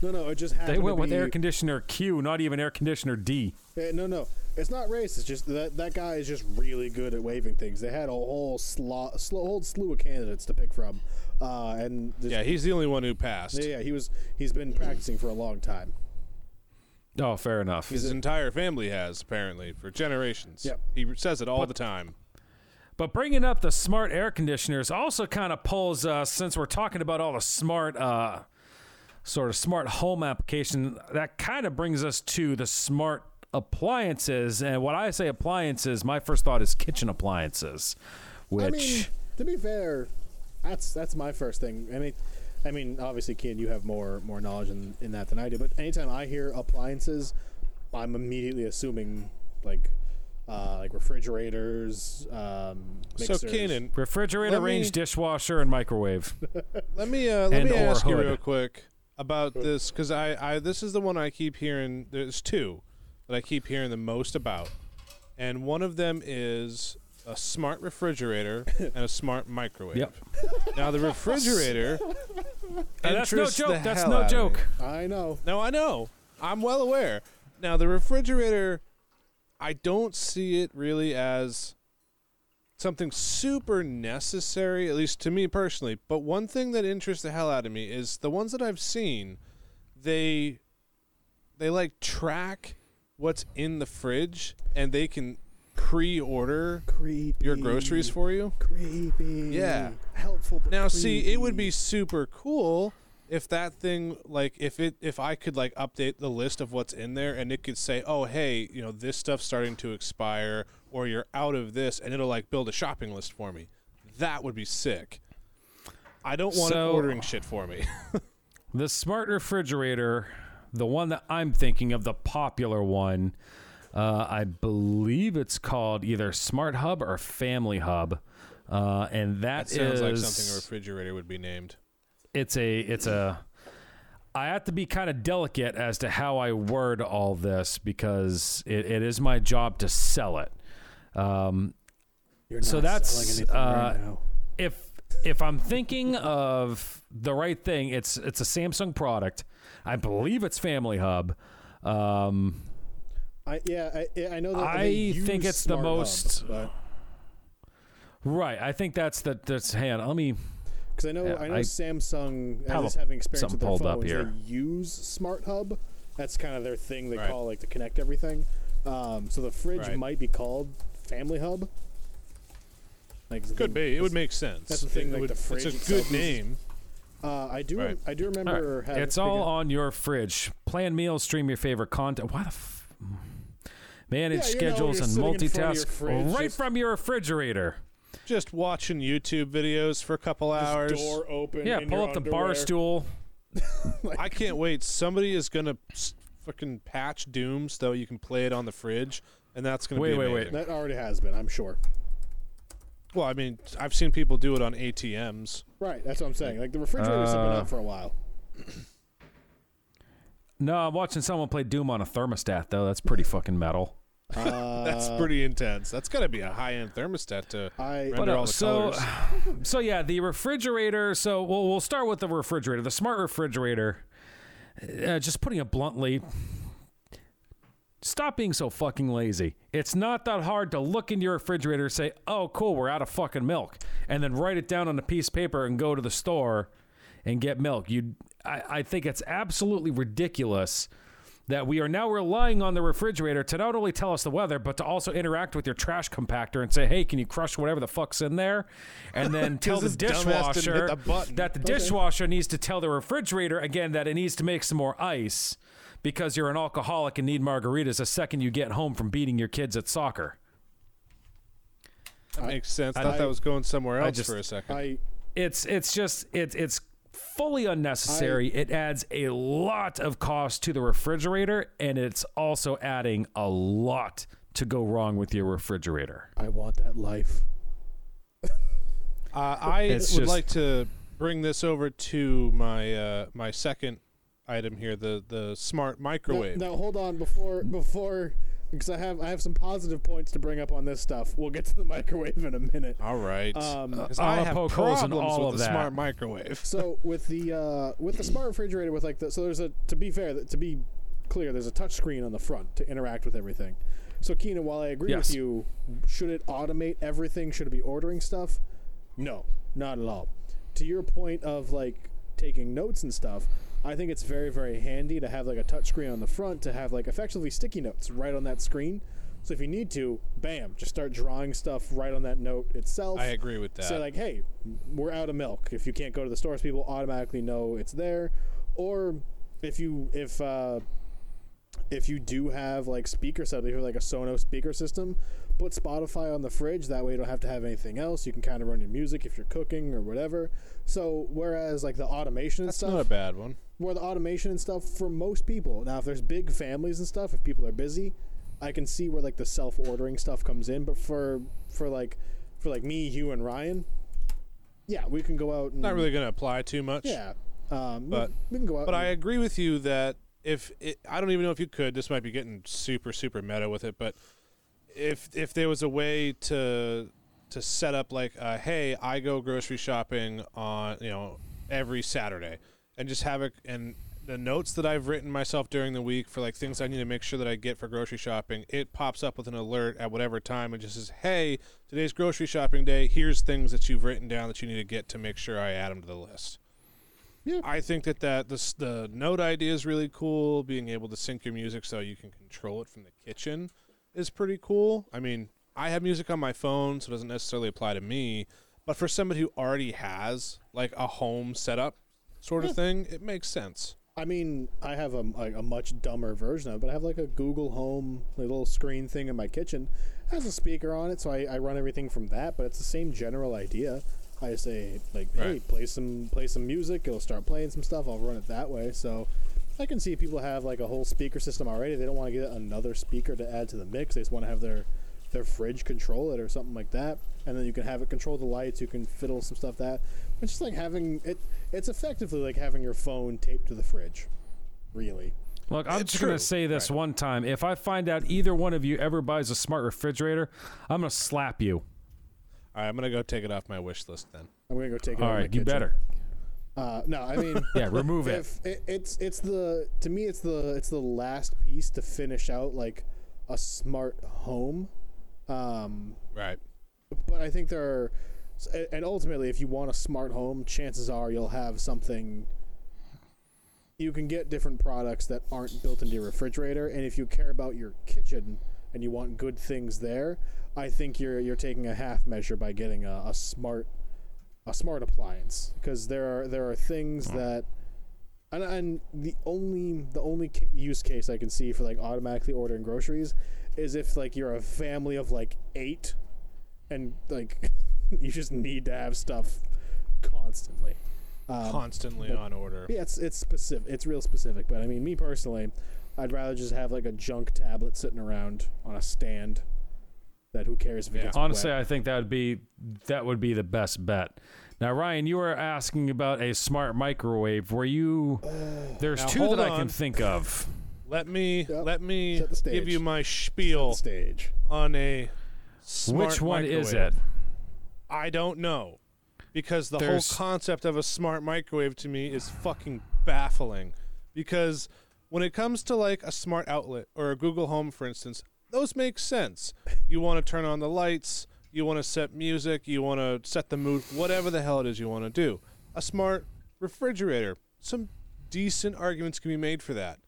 [SPEAKER 4] no, no, it just happened
[SPEAKER 1] They went
[SPEAKER 4] to
[SPEAKER 1] with
[SPEAKER 4] be,
[SPEAKER 1] air conditioner Q, not even air conditioner D.
[SPEAKER 4] Eh, no, no, it's not racist. Just that that guy is just really good at waving things. They had a whole slot, sl- whole slew of candidates to pick from, uh, and this,
[SPEAKER 2] Yeah, he's the only one who passed.
[SPEAKER 4] yeah, yeah, he was he's been practicing for a long time.
[SPEAKER 1] Oh, fair enough.
[SPEAKER 2] His entire family has, apparently, for generations.
[SPEAKER 4] Yep.
[SPEAKER 2] He says it all the time.
[SPEAKER 1] But bringing up the smart air conditioners also kind of pulls us, since we're talking about all the smart, uh, sort of smart home application, that kind of brings us to the smart appliances. And when I say appliances, my first thought is kitchen appliances, which.
[SPEAKER 4] I mean, to be fair, that's that's my first thing. Any, I mean, obviously, Ken, you have more more knowledge in, in that than I do. But anytime I hear appliances, I'm immediately assuming like uh, like refrigerators, um, mixers.
[SPEAKER 2] So, Keenan,
[SPEAKER 1] Refrigerator,
[SPEAKER 2] Let me-
[SPEAKER 1] range, dishwasher, and
[SPEAKER 2] [LAUGHS]
[SPEAKER 1] microwave.
[SPEAKER 2] let me uh, let
[SPEAKER 1] And
[SPEAKER 2] me
[SPEAKER 1] or
[SPEAKER 2] ask you
[SPEAKER 1] hood.
[SPEAKER 2] real quick about this because I, I this is the one I keep hearing. There's two that I keep hearing the most about, and one of them is a smart refrigerator and a smart microwave.
[SPEAKER 1] Yep.
[SPEAKER 2] Now the refrigerator.
[SPEAKER 1] And that's no
[SPEAKER 2] interests the
[SPEAKER 1] joke. That's
[SPEAKER 2] hell
[SPEAKER 1] no
[SPEAKER 2] out of me.
[SPEAKER 1] joke.
[SPEAKER 4] I know.
[SPEAKER 2] No, I know. I'm well aware. Now the refrigerator, I don't see it really as something super necessary, at least to me personally. But one thing that interests the hell out of me is the ones that I've seen, they they like track what's in the fridge and they can pre-order
[SPEAKER 4] Creepy.
[SPEAKER 2] your groceries for you.
[SPEAKER 4] Creepy.
[SPEAKER 2] Yeah.
[SPEAKER 4] Helpful. But
[SPEAKER 2] Now, see, it would
[SPEAKER 4] creepy.
[SPEAKER 2] be super cool if that thing, like, if it, if I could like update the list of what's in there, and it could say, oh, hey, you know, this stuff's starting to expire, or you're out of this, and it'll like build a shopping list for me. That would be sick. I don't want
[SPEAKER 1] So-
[SPEAKER 2] it ordering shit for me. [LAUGHS]
[SPEAKER 1] The smart refrigerator, the one that I'm thinking of, the popular one, uh, I believe it's called either Smart Hub or Family Hub, uh, and
[SPEAKER 2] that
[SPEAKER 1] that
[SPEAKER 2] sounds like
[SPEAKER 1] is-
[SPEAKER 2] something a refrigerator would be named.
[SPEAKER 1] it's a it's a. I have to be kind of delicate as to how I word all this because it, it is my job to sell it. Um,
[SPEAKER 4] You're
[SPEAKER 1] so
[SPEAKER 4] not
[SPEAKER 1] that's,
[SPEAKER 4] selling anything right
[SPEAKER 1] uh,
[SPEAKER 4] now.
[SPEAKER 1] if if I'm thinking of the right thing, it's it's a Samsung product. I believe it's Family Hub. Um,
[SPEAKER 4] I, yeah, I, I know that.
[SPEAKER 1] I
[SPEAKER 4] they use
[SPEAKER 1] think it's the
[SPEAKER 4] smart hubs,
[SPEAKER 1] most-
[SPEAKER 4] but-
[SPEAKER 1] right, I think that's the that's hand. Let me.
[SPEAKER 4] Because I know,
[SPEAKER 1] Yeah,
[SPEAKER 4] I know
[SPEAKER 1] I
[SPEAKER 4] Samsung
[SPEAKER 1] have
[SPEAKER 4] as
[SPEAKER 1] a-
[SPEAKER 4] having experience
[SPEAKER 1] something
[SPEAKER 4] with
[SPEAKER 1] pulled
[SPEAKER 4] their
[SPEAKER 1] up
[SPEAKER 4] phones,
[SPEAKER 1] here.
[SPEAKER 4] they use Smart Hub. That's kind of their thing. They
[SPEAKER 2] Right.
[SPEAKER 4] call like to connect everything. Um, so the fridge
[SPEAKER 2] Right.
[SPEAKER 4] might be called Family Hub. Like, it's the
[SPEAKER 2] Could
[SPEAKER 4] thing-
[SPEAKER 2] be. It would make sense.
[SPEAKER 4] that's the thing,
[SPEAKER 2] It
[SPEAKER 4] like,
[SPEAKER 2] would-
[SPEAKER 4] the fridge
[SPEAKER 2] It's a
[SPEAKER 4] itself
[SPEAKER 2] good
[SPEAKER 4] is-
[SPEAKER 2] name.
[SPEAKER 4] Uh, I do.
[SPEAKER 2] Right.
[SPEAKER 4] I do
[SPEAKER 1] all right.
[SPEAKER 4] remember. having
[SPEAKER 1] It's all on your fridge. Plan meals, stream your favorite content. Why the f- manage
[SPEAKER 4] Yeah, you know, when
[SPEAKER 1] schedules
[SPEAKER 4] you're
[SPEAKER 1] and
[SPEAKER 4] sitting in front of your
[SPEAKER 1] multitask
[SPEAKER 4] fridge,
[SPEAKER 1] right
[SPEAKER 4] just-
[SPEAKER 1] from your refrigerator.
[SPEAKER 2] Just watching YouTube videos for a couple hours.
[SPEAKER 4] door open.
[SPEAKER 1] Yeah,
[SPEAKER 4] in
[SPEAKER 1] pull
[SPEAKER 4] your
[SPEAKER 1] up the
[SPEAKER 4] underwear.
[SPEAKER 1] bar stool.
[SPEAKER 2] I can't wait. Somebody is gonna s- fucking patch Dooms though. You can play it on the fridge, and that's gonna
[SPEAKER 1] Wait,
[SPEAKER 2] be
[SPEAKER 1] wait, wait.
[SPEAKER 2] amazing.
[SPEAKER 4] That already has been. I'm sure.
[SPEAKER 2] Well, I mean, I've seen people do it on ATMs.
[SPEAKER 4] Right. That's what I'm saying. Like the refrigerators have been
[SPEAKER 1] Uh,
[SPEAKER 4] out for a while.
[SPEAKER 1] No, I'm watching someone play Doom on a thermostat though. That's pretty fucking metal.
[SPEAKER 2] That's pretty intense. That's gotta be a high-end thermostat to
[SPEAKER 4] Uh, I-
[SPEAKER 2] render
[SPEAKER 1] But,
[SPEAKER 2] all
[SPEAKER 1] uh,
[SPEAKER 2] the
[SPEAKER 1] so-
[SPEAKER 2] colors.
[SPEAKER 1] [SIGHS] So yeah, the refrigerator. So we'll we'll start with the refrigerator, the smart refrigerator. Uh, just putting it bluntly, Stop being so fucking lazy. It's not that hard to look into your refrigerator and say, oh, cool, we're out of fucking milk. And then write it down on a piece of paper and go to the store and get milk. You, I, I think it's absolutely ridiculous that we are now relying on the refrigerator to not only tell us the weather, but to also interact with your trash compactor and say, hey, can you crush whatever the fuck's in there? And
[SPEAKER 2] [LAUGHS]
[SPEAKER 1] then tell the
[SPEAKER 2] this dumbass didn't hit
[SPEAKER 1] dishwasher
[SPEAKER 2] the button.
[SPEAKER 1] that the dishwasher needs to tell the refrigerator again that it needs to make some more ice because you're an alcoholic and need margaritas the second you get home from beating your kids at soccer.
[SPEAKER 2] That makes sense. I thought that was going somewhere else
[SPEAKER 1] just-
[SPEAKER 2] for a second.
[SPEAKER 4] I
[SPEAKER 1] It's it's just it's it's fully unnecessary. it adds a lot of cost to the refrigerator and it's also adding a lot to go wrong with your refrigerator.
[SPEAKER 4] I want that life.
[SPEAKER 2] Uh, I would
[SPEAKER 1] It's just-
[SPEAKER 2] like to bring this over to my uh, my second item here, the the smart
[SPEAKER 4] Now,
[SPEAKER 2] microwave.
[SPEAKER 4] now hold on before before because I have I have some positive points to bring up on this stuff. We'll get to the microwave in a minute.
[SPEAKER 2] All right.
[SPEAKER 4] Um,
[SPEAKER 2] 'Cause
[SPEAKER 1] I'll
[SPEAKER 2] I have
[SPEAKER 1] poke holes
[SPEAKER 2] problems
[SPEAKER 1] in all
[SPEAKER 2] with
[SPEAKER 1] of
[SPEAKER 2] the
[SPEAKER 1] that.
[SPEAKER 2] smart microwave.
[SPEAKER 4] so with the uh, with the smart refrigerator with like the so there's a to be fair to be clear there's a touch screen on the front to interact with everything so keenan while i agree
[SPEAKER 1] Yes.
[SPEAKER 4] with you should it automate everything should it be ordering stuff no not at all to your point of like taking notes and stuff i think it's very very handy to have like a touch screen on the front to have like effectively sticky notes right on that screen so if you need to bam just start drawing stuff right on that note itself
[SPEAKER 2] I agree with that.
[SPEAKER 4] so like, hey, we're out of milk. If you can't go to the stores, people automatically know it's there. Or if you if uh, if you do have like speaker setup, if you have like a Sonos speaker system, put Spotify on the fridge. That way, you don't have to have anything else. You can kind of run your music if you're cooking or whatever. So whereas like the automation and
[SPEAKER 2] That's
[SPEAKER 4] stuff,
[SPEAKER 2] not a bad one.
[SPEAKER 4] where the automation and stuff for most people. Now, if there's big families and stuff, if people are busy, I can see where like the self ordering stuff comes in. But for for like for like me, you, and Ryan, yeah, we can go out and
[SPEAKER 2] Not really going to apply too much.
[SPEAKER 4] yeah, um,
[SPEAKER 2] But-
[SPEAKER 4] we, we can go out.
[SPEAKER 2] But I
[SPEAKER 4] and,
[SPEAKER 2] agree with you that if it, I don't even know if you could, this might be getting super super meta with it, but if if there was a way to to set up like, uh, hey, I go grocery shopping on you know every Saturday, and just have it and the notes that I've written myself during the week for like things I need to make sure that I get for grocery shopping, it pops up with an alert at whatever time and just says, hey, today's grocery shopping day. Here's things that you've written down that you need to get to make sure I add them to the list. I think that that the s- the note idea is really cool. Being able to sync your music so you can control it from the kitchen is pretty cool. I mean, I have music on my phone, so it doesn't necessarily apply to me. But for somebody who already has like a home setup sort
[SPEAKER 4] Hmm.
[SPEAKER 2] of thing, it makes sense.
[SPEAKER 4] I mean, I have a, like a much dumber version of it, but I have like a Google Home like, little screen thing in my kitchen. It has a speaker on it, so I, I run everything from that, but it's the same general idea. I say like, hey,
[SPEAKER 2] Right.
[SPEAKER 4] play some play some music, it'll start playing some stuff, I'll run it that way. So I can see people have like a whole speaker system already. They don't want to get another speaker to add to the mix. They just want to have their their fridge control it or something like that. And then you can have it control the lights. You can fiddle some stuff that. It's just like having it. It's effectively like having your phone taped to the fridge. Really.
[SPEAKER 1] Look, I'm
[SPEAKER 2] It's
[SPEAKER 1] just going
[SPEAKER 2] true.
[SPEAKER 1] to say this one time. If I find out either one of you ever buys a smart refrigerator, I'm going to slap you.
[SPEAKER 2] All right, I'm gonna go take it off my wish list then.
[SPEAKER 4] I'm gonna go take it.
[SPEAKER 1] All
[SPEAKER 4] out of my
[SPEAKER 1] right, you
[SPEAKER 4] kitchen.
[SPEAKER 1] better.
[SPEAKER 4] Uh, no, I mean.
[SPEAKER 1] [LAUGHS] Yeah, remove it.
[SPEAKER 4] if it, it's it's the to me it's the it's the last piece to finish out like a smart home um
[SPEAKER 2] Right.
[SPEAKER 4] but I think there are, s- a- and ultimately, if you want a smart home, chances are you'll have something. You can get different products that aren't built into your refrigerator, and if you care about your kitchen and you want good things there, I think you're you're taking a half measure by getting a, a smart a smart appliance because there are there are things that. And, and the only the only ca- use case I can see for like automatically ordering groceries is if like you're a family of like eight and like [LAUGHS] you just need to have stuff constantly.
[SPEAKER 2] Constantly on order.
[SPEAKER 4] Um, Yeah, it's it's specific. It's real specific. But I mean, me personally, I'd rather just have like a junk tablet sitting around on a stand. That who cares if it
[SPEAKER 2] Yeah.
[SPEAKER 4] gets
[SPEAKER 1] Honestly,
[SPEAKER 4] wet.
[SPEAKER 1] I think that would be that would be the best bet. Now, Ryan, you were asking about a smart microwave. Were you? There's
[SPEAKER 2] Oh. Now,
[SPEAKER 1] two
[SPEAKER 2] hold
[SPEAKER 1] that I
[SPEAKER 2] on.
[SPEAKER 1] can think of.
[SPEAKER 2] Let me
[SPEAKER 4] Yep.
[SPEAKER 2] let me
[SPEAKER 4] Set the stage.
[SPEAKER 2] give you my spiel
[SPEAKER 4] stage.
[SPEAKER 2] on a smart
[SPEAKER 1] Which one is
[SPEAKER 2] microwave.
[SPEAKER 1] it?
[SPEAKER 2] I don't know. Because the
[SPEAKER 1] There's-
[SPEAKER 2] whole concept of a smart microwave to me is fucking baffling. Because When it comes to like a smart outlet or a Google Home, for instance, those make sense. You want to turn on the lights, you want to set music, you want to set the mood, whatever the hell it is you want to do. A smart refrigerator, some decent arguments can be made for that.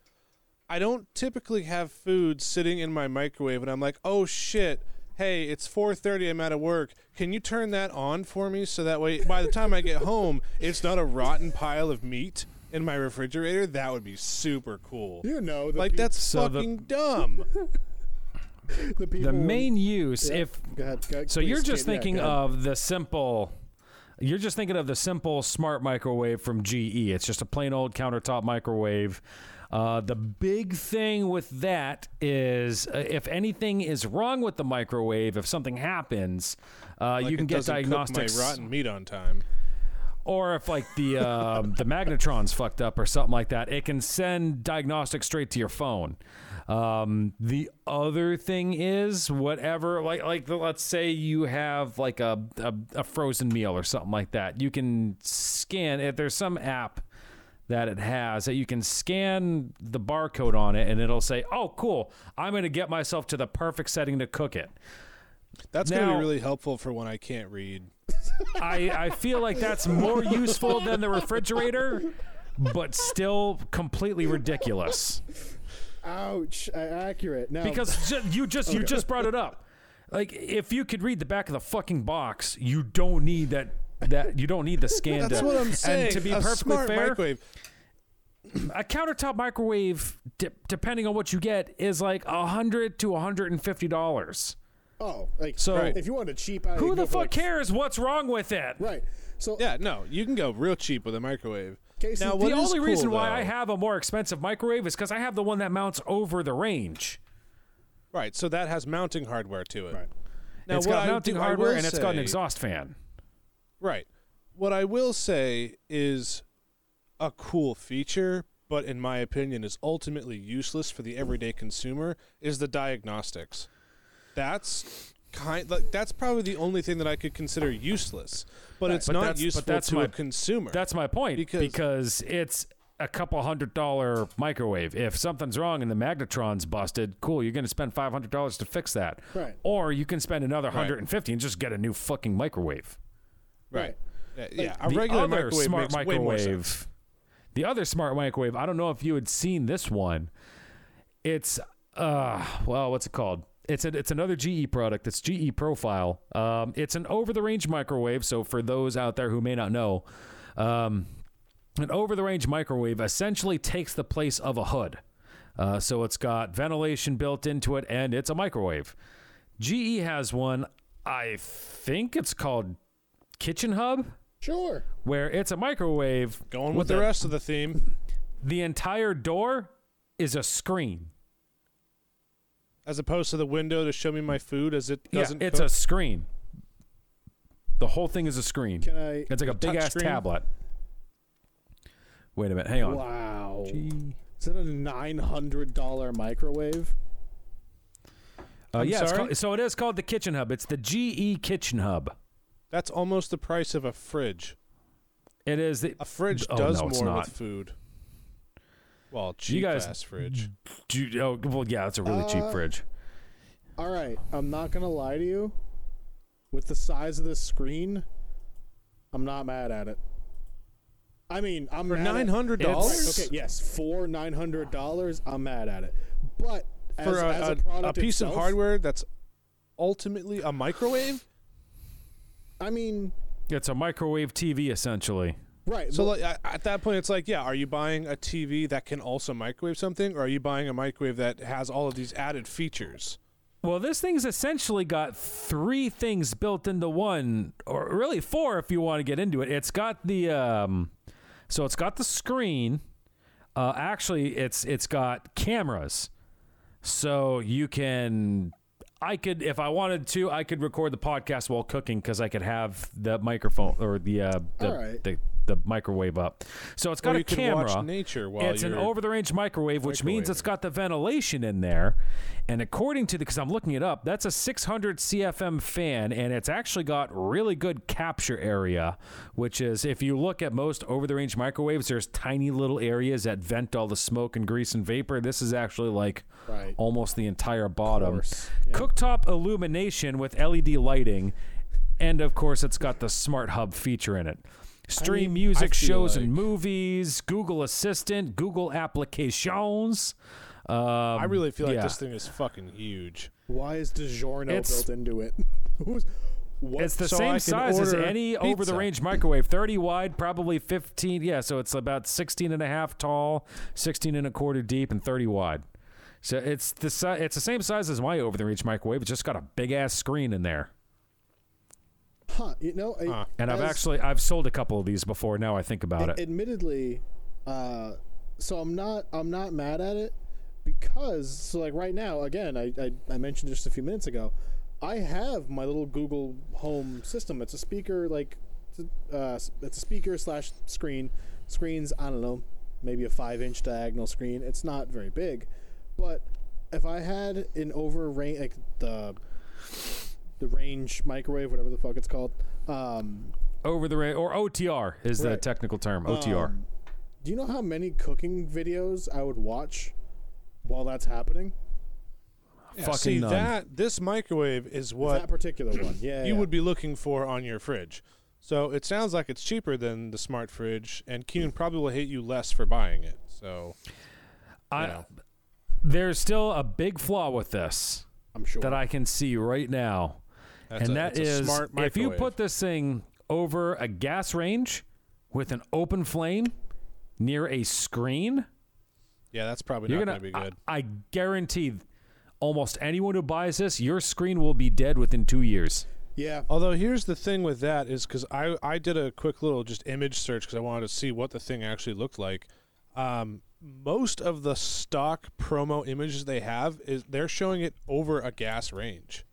[SPEAKER 2] I don't typically have food sitting in my microwave and I'm like, "Oh shit, hey, it's 4:30, I'm out of work. Can you turn that on for me so that way by the time I get home, it's not a rotten pile of meat in my refrigerator? That would be super cool."
[SPEAKER 4] You know, the
[SPEAKER 2] Like
[SPEAKER 4] peop-
[SPEAKER 2] that's
[SPEAKER 1] So the-
[SPEAKER 2] fucking dumb.
[SPEAKER 4] the people.
[SPEAKER 1] The main use, if
[SPEAKER 4] Go ahead, go ahead,
[SPEAKER 1] so, you're
[SPEAKER 4] please,
[SPEAKER 1] just
[SPEAKER 4] Kate, yeah,
[SPEAKER 1] thinking uh,
[SPEAKER 4] go ahead.
[SPEAKER 1] of the simple. You're just thinking of the simple smart microwave from GE. It's just a plain old countertop microwave. Uh, the big thing with that is uh, if anything is wrong with the microwave, if something happens, uh, [LAUGHS]
[SPEAKER 2] Like,
[SPEAKER 1] you
[SPEAKER 2] it
[SPEAKER 1] can get
[SPEAKER 2] doesn't cook
[SPEAKER 1] diagnostics.
[SPEAKER 2] My rotten meat on time.
[SPEAKER 1] or if like the um, the magnetron's fucked up or something like that, it can send diagnostics straight to your phone. Um, the other thing is whatever, like like the, let's say you have like a, a a frozen meal or something like that, you can scan it. There's some app that it has that you can scan the barcode on it, and it'll say, "Oh, cool, I'm gonna get myself to the perfect setting to cook it."
[SPEAKER 2] That's going to
[SPEAKER 1] Now-
[SPEAKER 2] be really helpful for when I can't read.
[SPEAKER 1] I, I feel like that's more useful than the refrigerator, but still completely ridiculous.
[SPEAKER 4] Ouch! a- accurate. Now,
[SPEAKER 1] Because ju- you just you just brought it up. Like if you could read the back of the fucking box, you don't need that that you don't need the scan.
[SPEAKER 2] That's
[SPEAKER 1] to,
[SPEAKER 2] what I'm saying.
[SPEAKER 1] And to be
[SPEAKER 2] a
[SPEAKER 1] perfectly
[SPEAKER 2] smart
[SPEAKER 1] fair,
[SPEAKER 2] microwave.
[SPEAKER 1] a countertop microwave, de- depending on what you get, is like a hundred to hundred and fifty dollars.
[SPEAKER 4] oh, like
[SPEAKER 1] So-
[SPEAKER 4] right. if you want a cheap, out, you
[SPEAKER 1] Who
[SPEAKER 4] can
[SPEAKER 1] the
[SPEAKER 4] go for,
[SPEAKER 1] fuck
[SPEAKER 4] like,
[SPEAKER 1] cares what's wrong with it?
[SPEAKER 4] Right. So
[SPEAKER 2] Yeah, no, you can go real cheap with a microwave.
[SPEAKER 4] Casey,
[SPEAKER 2] now,
[SPEAKER 4] the
[SPEAKER 2] what
[SPEAKER 1] the
[SPEAKER 2] is
[SPEAKER 1] only
[SPEAKER 2] cool,
[SPEAKER 1] reason why
[SPEAKER 2] though-
[SPEAKER 1] I have a more expensive microwave is because I have the one that mounts over the range.
[SPEAKER 2] right, so that has mounting hardware to it.
[SPEAKER 4] Right.
[SPEAKER 2] Now,
[SPEAKER 1] it's
[SPEAKER 2] what
[SPEAKER 1] got
[SPEAKER 2] I
[SPEAKER 1] mounting
[SPEAKER 2] do- I
[SPEAKER 1] hardware
[SPEAKER 2] will
[SPEAKER 1] and it's got an
[SPEAKER 2] say-
[SPEAKER 1] exhaust fan.
[SPEAKER 2] Right. What I will say is a cool feature, but in my opinion is ultimately useless for the everyday consumer is the diagnostics. That's kind like that's probably the only thing that I could consider useless, but it's
[SPEAKER 1] But
[SPEAKER 2] not
[SPEAKER 1] that's- but
[SPEAKER 2] useful
[SPEAKER 1] that's
[SPEAKER 2] to
[SPEAKER 1] my-
[SPEAKER 2] a consumer.
[SPEAKER 1] That's my point because,
[SPEAKER 2] Because-
[SPEAKER 1] it's a couple hundred dollar microwave. If something's wrong and the magnetron's busted, cool, you're going to spend five hundred dollars to fix that.
[SPEAKER 4] Right.
[SPEAKER 1] Or you can spend another hundred and fifty and just get a new fucking microwave.
[SPEAKER 2] right. Yeah, yeah, a
[SPEAKER 1] the
[SPEAKER 2] regular
[SPEAKER 1] other
[SPEAKER 2] microwave
[SPEAKER 1] smart
[SPEAKER 2] makes way more sense.
[SPEAKER 1] microwave. The other smart microwave. I don't know if you had seen this one. It's uh, well, what's it called? It's a, it's another GE product. It's GE Profile. Um, it's an over the range microwave. So for those out there who may not know, um, an over the range microwave essentially takes the place of a hood. Uh, so it's got ventilation built into it and it's a microwave. GE has one. I think it's called Kitchen Hub
[SPEAKER 4] sure.
[SPEAKER 1] where it's a microwave.
[SPEAKER 2] Going with the rest of the theme
[SPEAKER 1] The entire door is a screen.
[SPEAKER 2] as opposed to the window to show me my food as it
[SPEAKER 1] Yeah,
[SPEAKER 2] doesn't
[SPEAKER 1] it's a
[SPEAKER 2] cook.
[SPEAKER 1] screen. The whole thing is a screen.
[SPEAKER 4] Can I?
[SPEAKER 1] It's like a big ass
[SPEAKER 2] touchscreen?
[SPEAKER 1] tablet. Wait a minute, hang on.
[SPEAKER 4] Wow. Is that a nine hundred dollar microwave?
[SPEAKER 1] Uh,
[SPEAKER 2] I'm
[SPEAKER 1] yeah, it's
[SPEAKER 2] sorry?
[SPEAKER 1] called- so it is called the Kitchen Hub. It's the GE Kitchen Hub.
[SPEAKER 2] That's almost the price of a fridge.
[SPEAKER 1] It is the
[SPEAKER 2] A fridge
[SPEAKER 1] Oh,
[SPEAKER 2] does
[SPEAKER 1] no, it's
[SPEAKER 2] more
[SPEAKER 1] not.
[SPEAKER 2] with food. Well, cheap
[SPEAKER 1] guys-
[SPEAKER 2] ass fridge.
[SPEAKER 1] ju- oh, well, yeah, it's a really cheap
[SPEAKER 4] Uh,
[SPEAKER 1] fridge.
[SPEAKER 4] All right, I'm not gonna lie to you. With the size of this screen, I'm not mad at it. I mean, I'm mad at-
[SPEAKER 2] Nine hundred
[SPEAKER 1] It's-
[SPEAKER 2] dollars
[SPEAKER 4] Okay, yes, for nine hundred dollars, I'm mad at it. But as,
[SPEAKER 2] for a,
[SPEAKER 4] as
[SPEAKER 2] a-
[SPEAKER 4] a,
[SPEAKER 2] a
[SPEAKER 4] product
[SPEAKER 2] piece
[SPEAKER 4] itself,
[SPEAKER 2] of hardware that's ultimately a microwave.
[SPEAKER 4] I mean,
[SPEAKER 1] It's a microwave TV essentially.
[SPEAKER 4] right?
[SPEAKER 2] So
[SPEAKER 4] but-
[SPEAKER 2] like, a- at that point, it's like, yeah, are you buying a TV that can also microwave something, or are you buying a microwave that has all of these added features?
[SPEAKER 1] Well, this thing's essentially got three things built into one, or really four if you want to get into it. It's got the um, so it's got the screen. Uh, actually, it's it's got cameras, so you can. I could, if I wanted to, I could record the podcast while cooking because I could have the microphone or the uh, the,
[SPEAKER 4] All right.
[SPEAKER 1] the the microwave up. So it's got
[SPEAKER 2] Or
[SPEAKER 1] a
[SPEAKER 2] you can
[SPEAKER 1] camera.
[SPEAKER 2] watch nature while
[SPEAKER 1] it's an
[SPEAKER 2] you're-
[SPEAKER 1] over the range microwave, which means it's got the ventilation in there. And according to the, because I'm looking it up, that's a 600 CFM fan, and it's actually got really good capture area, which is if you look at most over the range microwaves, there's tiny little areas that vent all the smoke and grease and vapor. This is actually like
[SPEAKER 4] Right.
[SPEAKER 1] almost the entire bottom.
[SPEAKER 4] course,
[SPEAKER 1] Cooktop illumination with LED lighting, and of course, it's got the smart hub feature in it. Stream
[SPEAKER 2] mean, I
[SPEAKER 1] music,
[SPEAKER 2] feel
[SPEAKER 1] shows, and
[SPEAKER 2] like-
[SPEAKER 1] movies, Google Assistant, Google applications. Um,
[SPEAKER 2] I really feel like
[SPEAKER 1] yeah.
[SPEAKER 2] this thing is fucking huge.
[SPEAKER 4] Why is DiGiorno
[SPEAKER 1] It's-
[SPEAKER 4] built into it? [LAUGHS] Who's what?
[SPEAKER 1] It's the
[SPEAKER 2] so I
[SPEAKER 1] same
[SPEAKER 2] can
[SPEAKER 1] size as
[SPEAKER 2] order
[SPEAKER 1] any
[SPEAKER 2] pizza.
[SPEAKER 1] over the range microwave. 30 wide, probably 15. Yeah, so it's about 16 and a half tall, 16 and a quarter deep, and 30 wide. So it's the si- it's the same size as my over the range microwave. It's just got a big ass screen in there.
[SPEAKER 4] huh, you know, I-
[SPEAKER 2] Huh.
[SPEAKER 1] And I've
[SPEAKER 4] as-
[SPEAKER 1] actually I've sold a couple of these before. Now I think about it.
[SPEAKER 4] admittedly, uh, so I'm not I'm not mad at it because so like right now again I, I, I mentioned just a few minutes ago I have my little Google Home system. It's a speaker like it's a, uh, it's a speaker slash screen. Screens I don't know maybe a five inch diagonal screen. It's not very big, but if I had an over range like the the range microwave whatever the fuck it's called um,
[SPEAKER 1] Over the range or OTR is the
[SPEAKER 4] Right.
[SPEAKER 1] technical term. OTR.
[SPEAKER 4] Um, do you know how many cooking videos I would watch while that's happening?
[SPEAKER 2] Yeah,
[SPEAKER 1] Fucking
[SPEAKER 2] see
[SPEAKER 1] none.
[SPEAKER 2] that this microwave is what
[SPEAKER 4] that particular one. Yeah.
[SPEAKER 2] you
[SPEAKER 4] yeah.
[SPEAKER 2] would be looking for on your fridge. So it sounds like it's cheaper than the smart fridge, and
[SPEAKER 1] Hmm.
[SPEAKER 2] Kuhn probably will hate you less for buying it. So
[SPEAKER 1] I,
[SPEAKER 2] know.
[SPEAKER 1] There's still a big flaw with this
[SPEAKER 4] I'm sure.
[SPEAKER 1] that I can see right now,
[SPEAKER 2] That's
[SPEAKER 1] and
[SPEAKER 2] a-
[SPEAKER 1] that
[SPEAKER 2] it's a
[SPEAKER 1] is
[SPEAKER 2] smart
[SPEAKER 1] if you
[SPEAKER 2] microwave.
[SPEAKER 1] put this thing over a gas range with an open flame near a screen,
[SPEAKER 2] yeah, that's probably
[SPEAKER 1] you're
[SPEAKER 2] not
[SPEAKER 1] gonna.
[SPEAKER 2] going to be good.
[SPEAKER 1] I, I guarantee, almost anyone who buys this, your screen will be dead within two years.
[SPEAKER 4] yeah.
[SPEAKER 2] Although here's the thing with that is because I I did a quick little just image search because I wanted to see what the thing actually looked like. Um, most of the stock promo images they have is they're showing it over a gas range.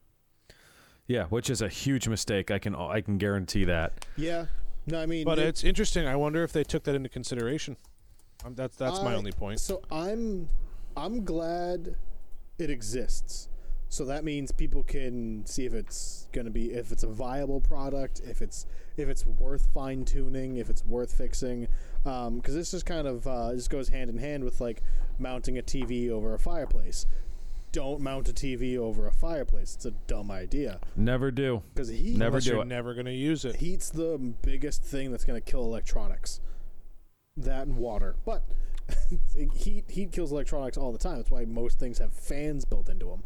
[SPEAKER 1] Yeah, which is a huge mistake. I can I can guarantee that.
[SPEAKER 4] Yeah. No, I mean.
[SPEAKER 2] But
[SPEAKER 4] it-
[SPEAKER 2] it's interesting. I wonder if they took that into consideration. Um, that's that's my
[SPEAKER 1] Uh,
[SPEAKER 4] I-
[SPEAKER 2] only point.
[SPEAKER 4] So I'm, I'm glad it exists. So that means people can see if it's gonna be if it's a viable product, if it's if it's worth fine tuning, if it's worth fixing, because this is kind of uh, this goes hand in hand with like mounting a TV over a fireplace. Don't mount a TV over a fireplace. It's a dumb idea
[SPEAKER 1] Never do.
[SPEAKER 4] because heat
[SPEAKER 1] Never
[SPEAKER 2] Unless
[SPEAKER 1] do
[SPEAKER 2] you're
[SPEAKER 1] it.
[SPEAKER 2] never going to use it.
[SPEAKER 4] heat's the biggest thing that's going to kill electronics. That and water, but [LAUGHS] heat heat kills electronics all the time. That's why most things have fans built into them.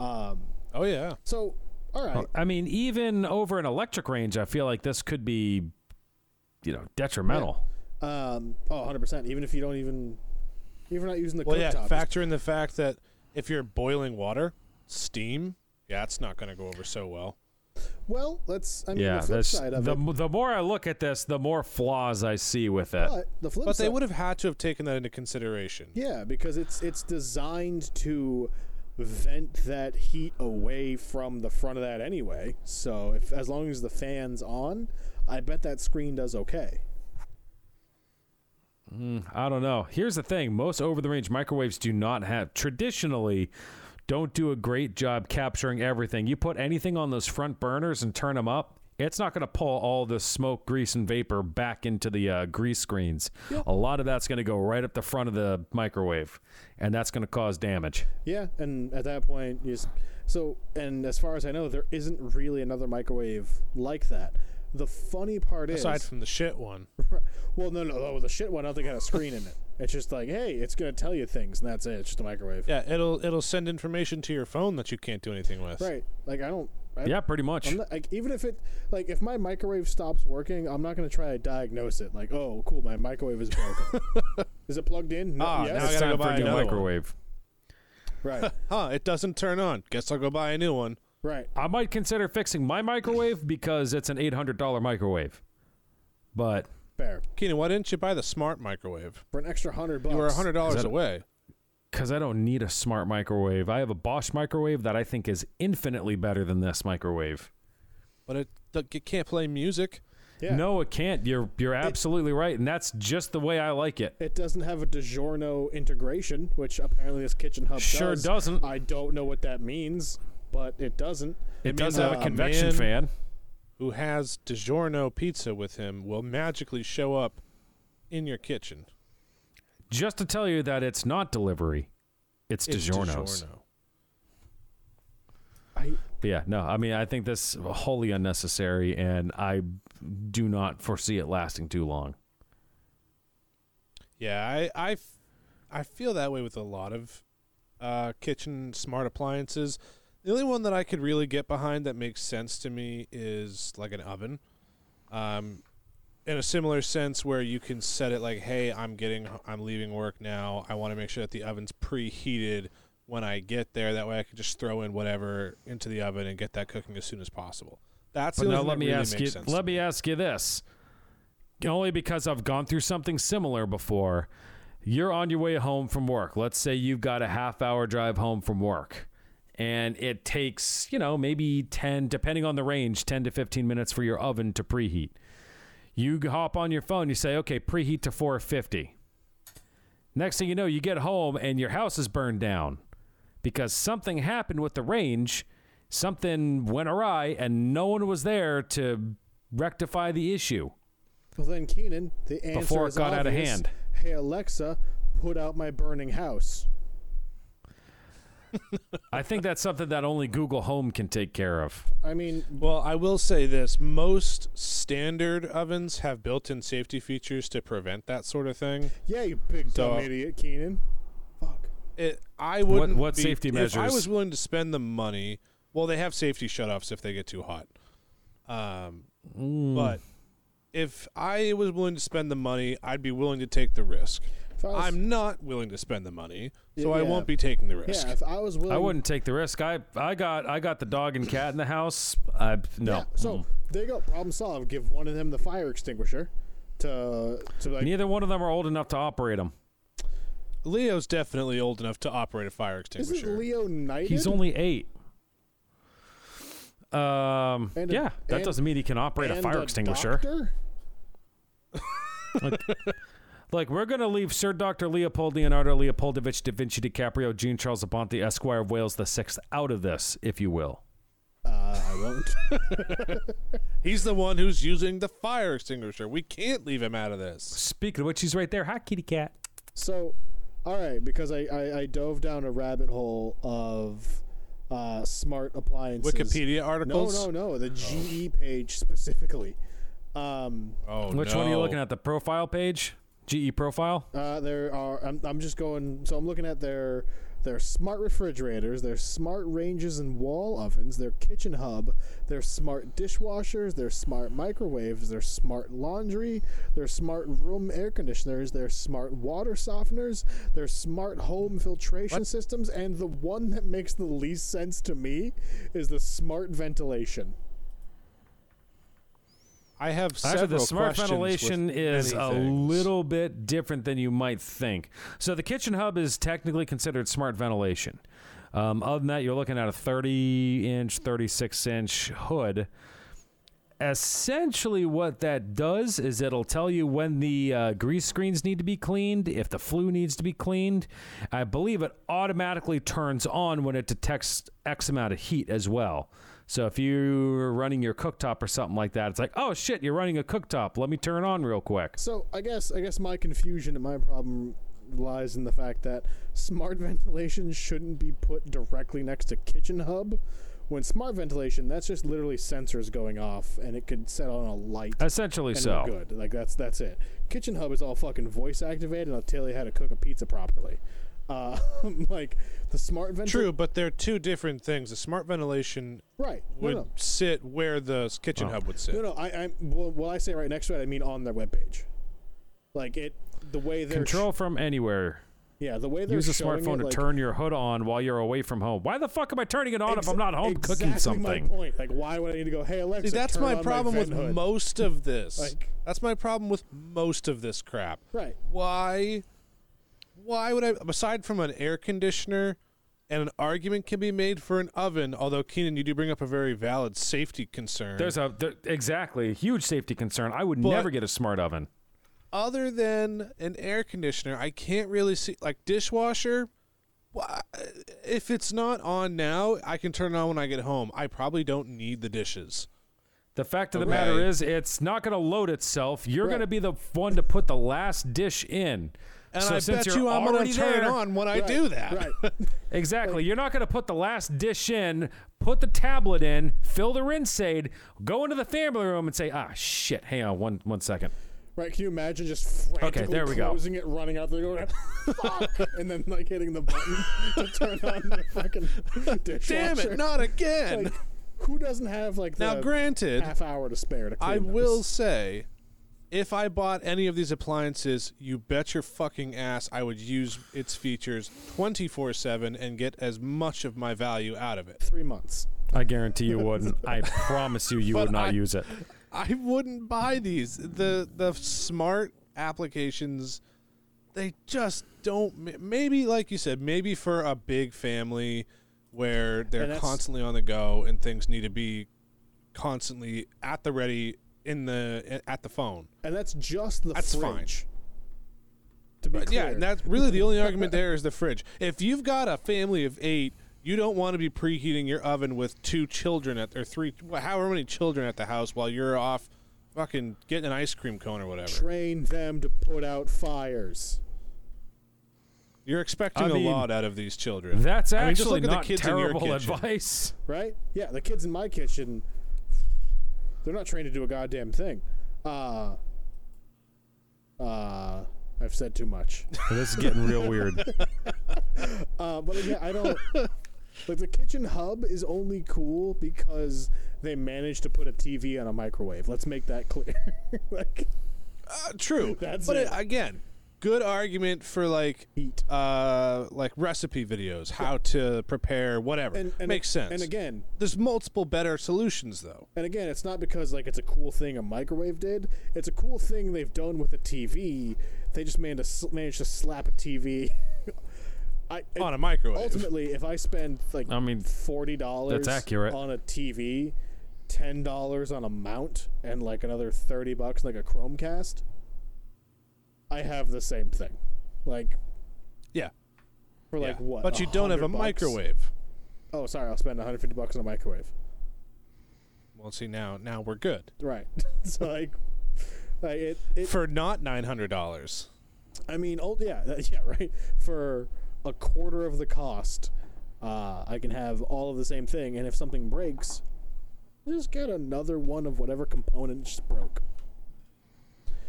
[SPEAKER 4] Um,
[SPEAKER 2] Oh yeah.
[SPEAKER 4] so, all right,
[SPEAKER 1] I mean, even over an electric range, I feel like this could be, you know, detrimental.
[SPEAKER 4] um, oh, 100 percent. Even if you don't even, even if you're not using the
[SPEAKER 2] Well,
[SPEAKER 4] cooktop,
[SPEAKER 2] yeah.
[SPEAKER 4] just-
[SPEAKER 2] Factor in the fact that if you're boiling water, steam, yeah, it's not going to go over so well.
[SPEAKER 4] well, let's. I mean,
[SPEAKER 1] Yeah,
[SPEAKER 4] the flip
[SPEAKER 1] that's
[SPEAKER 4] side of
[SPEAKER 1] the
[SPEAKER 4] it.
[SPEAKER 1] the more I look at this, the more flaws I see with it.
[SPEAKER 4] But the flip
[SPEAKER 2] But
[SPEAKER 4] side,
[SPEAKER 2] they would have had to have taken that into consideration.
[SPEAKER 4] yeah, because it's it's designed to vent that heat away from the front of that anyway. So, if as long as the fan's on, I bet that screen does okay.
[SPEAKER 1] I don't know. Here's the thing: most over-the-range microwaves do not have traditionally don't do a great job capturing everything. You put anything on those front burners and turn them up. It's not going to pull all the smoke, grease, and vapor back into the uh, grease screens. A lot of that's going to go right up the front of the microwave, and that's going to cause damage.
[SPEAKER 4] Yeah, and at that point, you just, so and as far as I know, there isn't really another microwave like that. The funny part
[SPEAKER 2] Aside
[SPEAKER 4] is,
[SPEAKER 2] from the shit one.
[SPEAKER 4] [LAUGHS] well, no, no, oh, the shit one. I don't think it had a screen in it. It's just like, hey, it's gonna tell you things, and that's it. It's just a microwave,
[SPEAKER 2] Yeah, it'll it'll send information to your phone that you can't do anything with.
[SPEAKER 4] right? Like I don't, I,
[SPEAKER 1] Yeah, pretty much.
[SPEAKER 4] I'm not, like even if it, like if my microwave stops working, I'm not gonna try to diagnose it. Like, oh, cool, my microwave
[SPEAKER 1] [LAUGHS]
[SPEAKER 4] is broken. is it plugged in? No,
[SPEAKER 2] Ah, now I
[SPEAKER 4] yes,
[SPEAKER 1] it's
[SPEAKER 2] gotta
[SPEAKER 1] time
[SPEAKER 2] go
[SPEAKER 1] for
[SPEAKER 2] buy
[SPEAKER 1] a new
[SPEAKER 2] another one.
[SPEAKER 1] microwave.
[SPEAKER 4] [LAUGHS] right,
[SPEAKER 2] Huh, it doesn't turn on. Guess I'll go buy a new one.
[SPEAKER 4] right.
[SPEAKER 1] I might consider fixing my microwave because it's an eight hundred dollar microwave. But
[SPEAKER 4] Fair
[SPEAKER 2] Keenan, why didn't you buy the smart microwave?
[SPEAKER 4] for an extra hundred bucks.
[SPEAKER 2] You were hundred
[SPEAKER 1] Is
[SPEAKER 2] dollars
[SPEAKER 1] that-
[SPEAKER 2] away.
[SPEAKER 1] because I don't need a smart microwave, I have a Bosch microwave that I think is infinitely better than this microwave.
[SPEAKER 2] But it, th- you can't play music.
[SPEAKER 4] Yeah.
[SPEAKER 1] No, it can't. You're you're absolutely right, and that's just the way I like it.
[SPEAKER 4] It doesn't have a DiGiorno integration, which apparently this kitchen hub
[SPEAKER 1] Sure
[SPEAKER 4] does.
[SPEAKER 1] doesn't.
[SPEAKER 4] I don't know what that means, but it doesn't.
[SPEAKER 1] It, does have a
[SPEAKER 4] uh,
[SPEAKER 1] convection
[SPEAKER 2] man-
[SPEAKER 1] fan.
[SPEAKER 2] who has DiGiorno pizza with him will magically show up in your kitchen.
[SPEAKER 1] Just to tell you that it's not delivery. It's,
[SPEAKER 2] It's
[SPEAKER 1] DiGiorno's.
[SPEAKER 2] DiGiorno.
[SPEAKER 4] I,
[SPEAKER 1] Yeah, no, I mean, I think this wholly unnecessary, and I do not foresee it lasting too long.
[SPEAKER 2] Yeah, I, I f- I feel that way with a lot of uh, kitchen smart appliances. The only one that I could really get behind that makes sense to me is like an oven. Um, in a similar sense, where you can set it like, "Hey, I'm getting, I'm leaving work now. I want to make sure that the oven's preheated when I get there. That way, I can just throw in whatever into the oven and get that cooking as soon as possible." That's
[SPEAKER 1] But
[SPEAKER 2] the
[SPEAKER 1] now
[SPEAKER 2] only
[SPEAKER 1] let
[SPEAKER 2] thing that
[SPEAKER 1] me
[SPEAKER 2] really
[SPEAKER 1] ask
[SPEAKER 2] makes
[SPEAKER 1] you.
[SPEAKER 2] sense to
[SPEAKER 1] Let me ask you this, only because I've gone through something similar before. You're on your way home from work. Let's say you've got a half hour drive home from work, and it takes you know maybe ten, depending on the range, ten to fifteen minutes for your oven to preheat. You hop on your phone. You say, "Okay, preheat to 450." Next thing you know, you get home and your house is burned down because something happened with the range. Something went awry and no one was there to rectify the issue.
[SPEAKER 4] well, then Keenan, the answer
[SPEAKER 1] Before it
[SPEAKER 4] is
[SPEAKER 1] got out of
[SPEAKER 4] obvious.
[SPEAKER 1] hand.
[SPEAKER 4] Hey Alexa, put out my burning house.
[SPEAKER 1] I think that's something that only Google Home can take care of.
[SPEAKER 4] I mean,
[SPEAKER 2] Well, I will say this: most standard ovens have built-in safety features to prevent that sort of thing.
[SPEAKER 4] yeah, you big
[SPEAKER 2] So-
[SPEAKER 1] uh,
[SPEAKER 4] dumb idiot, Keenan. Fuck.
[SPEAKER 2] It, I wouldn't.
[SPEAKER 1] what
[SPEAKER 2] be-
[SPEAKER 1] safety
[SPEAKER 2] If I
[SPEAKER 1] measures?
[SPEAKER 2] was willing to spend the money, well, they have safety shutoffs if they get too hot. Um,
[SPEAKER 1] Mm.
[SPEAKER 2] but if I was willing to spend the money, I'd be willing to take the risk.
[SPEAKER 4] If I was-
[SPEAKER 2] I'm not willing to spend the money, so I
[SPEAKER 4] Yeah.
[SPEAKER 2] won't be taking the risk.
[SPEAKER 4] Yeah, if I was willing,
[SPEAKER 1] I wouldn't take the risk. I I got I got the dog and cat in the house. I no.
[SPEAKER 4] Yeah, so there you go. Problem solved. Give one of them the fire extinguisher. To to like,
[SPEAKER 1] Neither one of them are old enough to operate them.
[SPEAKER 2] Leo's definitely old enough to operate a fire extinguisher.
[SPEAKER 4] isn't Leo knighted?
[SPEAKER 1] He's only 8. Um
[SPEAKER 4] And a-
[SPEAKER 1] yeah, that
[SPEAKER 4] and-
[SPEAKER 1] doesn't mean he can operate a
[SPEAKER 4] And
[SPEAKER 1] fire extinguisher.
[SPEAKER 4] doctor?
[SPEAKER 1] Like, we're going to leave Sir Dr. Leopold Leonardo Leopoldovich da Vinci DiCaprio, Jean Charles Abonte, Esquire of Wales the Sixth out of this, if you will.
[SPEAKER 4] Uh, I won't.
[SPEAKER 1] [LAUGHS]
[SPEAKER 2] He's the one who's using the fire extinguisher. We can't leave him out of this.
[SPEAKER 1] Speaking of which, he's right there. Hi, kitty cat.
[SPEAKER 4] So, all right, because I, I, I dove down a rabbit hole of uh, smart appliances.
[SPEAKER 2] Wikipedia
[SPEAKER 4] No,
[SPEAKER 2] articles.
[SPEAKER 4] no, no. The GE page specifically. Um,
[SPEAKER 2] Oh,
[SPEAKER 1] Which one are you
[SPEAKER 2] no.
[SPEAKER 1] looking at? The profile page? GE profile?
[SPEAKER 4] uh, there are. I'm, I'm just going. So I'm looking at their their smart refrigerators, their smart ranges and wall ovens, their kitchen hub, their smart dishwashers, their smart microwaves, their smart laundry, their smart room air conditioners, their smart water softeners, their smart home filtration systems, and the one that makes the least sense to me is the smart ventilation.
[SPEAKER 2] I have several
[SPEAKER 1] Actually, the smart
[SPEAKER 2] questions
[SPEAKER 1] ventilation
[SPEAKER 2] with
[SPEAKER 1] is
[SPEAKER 2] many
[SPEAKER 1] a
[SPEAKER 2] things.
[SPEAKER 1] little bit different than you might think. So the kitchen hub is technically considered smart ventilation. Um, other than that, you're looking at a 30 inch, 36 inch hood. Essentially, what that does is it'll tell you when the uh, grease screens need to be cleaned, if the flue needs to be cleaned. I believe it automatically turns on when it detects X amount of heat as well. So if you're running your cooktop or something like that, it's like, oh shit, you're running a cooktop. Let me turn on real quick.
[SPEAKER 4] So I guess I guess my confusion and my problem lies in the fact that smart [LAUGHS] ventilation shouldn't be put directly next to kitchen hub. When smart ventilation, that's just literally sensors going off, and it could set on a light.
[SPEAKER 1] Essentially,
[SPEAKER 4] and
[SPEAKER 1] so.
[SPEAKER 4] we're good. Like that's that's it. Kitchen hub is all fucking voice activated. And I'll tell you how to cook a pizza properly. Uh, [LAUGHS] like the smart ventilation.
[SPEAKER 2] True, but they're two different things. The smart ventilation
[SPEAKER 4] Right. No,
[SPEAKER 2] would
[SPEAKER 4] no.
[SPEAKER 2] sit where the s-
[SPEAKER 1] Oh.
[SPEAKER 2] kitchen hub would sit.
[SPEAKER 4] No, no. I, I well, when I say right next to it, I mean on their webpage. Like it, the way they're sh-
[SPEAKER 1] Control from anywhere.
[SPEAKER 4] yeah, the way they're
[SPEAKER 1] Use a
[SPEAKER 4] showing
[SPEAKER 1] smartphone
[SPEAKER 4] it,
[SPEAKER 1] to
[SPEAKER 4] like,
[SPEAKER 1] turn your hood on while you're away from home. Why the fuck am I turning it on if
[SPEAKER 4] Ex-
[SPEAKER 1] I'm not home
[SPEAKER 4] exactly
[SPEAKER 1] cooking
[SPEAKER 4] My
[SPEAKER 1] something?
[SPEAKER 4] point. Like, why would I need to go? Hey Alexa,
[SPEAKER 2] See, that's
[SPEAKER 4] turn
[SPEAKER 2] my
[SPEAKER 4] on
[SPEAKER 2] problem
[SPEAKER 4] my
[SPEAKER 2] with
[SPEAKER 4] vent hood."
[SPEAKER 2] most of this.
[SPEAKER 4] Like-
[SPEAKER 2] that's my problem with most of this crap.
[SPEAKER 4] Right.
[SPEAKER 2] Why? Why would I? Aside from an air conditioner, And an argument can be made for an oven, although Keenan, you do bring up a very valid safety concern.
[SPEAKER 1] There's a there, exactly huge safety concern. I would
[SPEAKER 2] But-
[SPEAKER 1] never get a smart oven.
[SPEAKER 2] other than an air conditioner, I can't really see like dishwasher. wha- If it's not on now, I can turn it on when I get home. I probably don't need the dishes.
[SPEAKER 1] The fact of the matter
[SPEAKER 2] Right.
[SPEAKER 1] is, it's not going to load itself. You're
[SPEAKER 4] Right.
[SPEAKER 1] going to be the one to put the last dish in.
[SPEAKER 2] And
[SPEAKER 1] so
[SPEAKER 2] I
[SPEAKER 1] since
[SPEAKER 2] bet
[SPEAKER 1] you're
[SPEAKER 2] you I'm gonna
[SPEAKER 1] already
[SPEAKER 2] turn it
[SPEAKER 1] there-
[SPEAKER 2] on when I
[SPEAKER 4] Right,
[SPEAKER 2] do that. [LAUGHS]
[SPEAKER 4] Right.
[SPEAKER 1] Exactly. You're not going to put the last dish in, put the tablet in, fill the rinsade, go into the family room and say, ah, shit, hang on one, one second.
[SPEAKER 4] Right, can you imagine just frantically
[SPEAKER 1] there we go.
[SPEAKER 4] closing it, running out the door, [LAUGHS] fuck, and then like hitting the button [LAUGHS] to turn on the fucking dishwasher?
[SPEAKER 2] Damn it, not again.
[SPEAKER 4] Like, who doesn't have like the
[SPEAKER 2] now, granted,
[SPEAKER 4] half hour to spare to clean
[SPEAKER 2] I
[SPEAKER 4] those?
[SPEAKER 2] will say, if I bought any of these appliances, you bet your fucking ass I would use its features 24 7 and get as much of my value out of it.
[SPEAKER 4] three months.
[SPEAKER 1] I guarantee you wouldn't.
[SPEAKER 2] [LAUGHS]
[SPEAKER 1] I promise you, you would not
[SPEAKER 2] I-
[SPEAKER 1] use it.
[SPEAKER 2] I wouldn't buy these. The the smart applications, they just don't. ma- Maybe like you said, maybe for a big family where
[SPEAKER 4] And
[SPEAKER 2] they're
[SPEAKER 4] that's-
[SPEAKER 2] constantly on the go and things need to be constantly at the ready in the at the phone.
[SPEAKER 4] And that's just the
[SPEAKER 2] That's fine.
[SPEAKER 4] fridge. To be
[SPEAKER 2] But
[SPEAKER 4] clear.
[SPEAKER 2] yeah, and that's really the only argument there is the fridge. If you've got a family of eight, you don't want to be preheating your oven with two children at or three, wh- however many children at the house while you're off fucking getting an ice cream cone or whatever.
[SPEAKER 4] train them to put out fires.
[SPEAKER 2] You're expecting
[SPEAKER 1] I
[SPEAKER 2] a
[SPEAKER 1] mean,
[SPEAKER 2] lot out of these children.
[SPEAKER 1] That's
[SPEAKER 2] I mean, just
[SPEAKER 1] actually
[SPEAKER 2] look at the
[SPEAKER 1] not
[SPEAKER 2] kids in your
[SPEAKER 1] terrible
[SPEAKER 2] kitchen.
[SPEAKER 1] advice.
[SPEAKER 4] right? Yeah, the kids in my kitchen, they're not trained to do a goddamn thing. Uh, uh, I've said too much.
[SPEAKER 1] This is getting real weird.
[SPEAKER 4] Uh, but like, yeah,
[SPEAKER 2] [LAUGHS]
[SPEAKER 4] I don't. Like the kitchen hub is only cool because they managed to put a TV on a microwave. Let's make that clear. [LAUGHS] like
[SPEAKER 2] Uh, [LAUGHS] true.
[SPEAKER 4] That's
[SPEAKER 2] but
[SPEAKER 4] it.
[SPEAKER 2] uh, again, good argument for like
[SPEAKER 4] heat.
[SPEAKER 2] uh like recipe videos, how to prepare whatever.
[SPEAKER 4] And, and
[SPEAKER 2] Makes sense.
[SPEAKER 4] And again,
[SPEAKER 2] there's multiple better solutions though.
[SPEAKER 4] and again, it's not because like it's a cool thing a microwave did. It's a cool thing they've done with a TV. They just managed to sl- managed to slap a TV. [LAUGHS] I, it-
[SPEAKER 2] On a microwave.
[SPEAKER 4] ultimately, if I spend like
[SPEAKER 1] I mean,
[SPEAKER 4] forty dollars
[SPEAKER 1] that's accurate.
[SPEAKER 4] on a TV, ten dollars on a mount, and like another thirty bucks like a Chromecast, I have the same thing. Like
[SPEAKER 2] yeah.
[SPEAKER 4] for like
[SPEAKER 2] yeah.
[SPEAKER 4] what?
[SPEAKER 2] But you don't have a
[SPEAKER 4] 100 bucks?
[SPEAKER 2] microwave.
[SPEAKER 4] Oh, sorry, I'll spend one hundred fifty bucks on a microwave.
[SPEAKER 2] Well, see now, now we're good
[SPEAKER 4] Right. [LAUGHS] so like, like it. it
[SPEAKER 2] for not nine hundred dollars.
[SPEAKER 4] I mean, oh yeah, [LAUGHS] that, yeah, right. For a quarter of the cost, uh, I can have all of the same thing, and if something breaks, just get another one of whatever component just broke.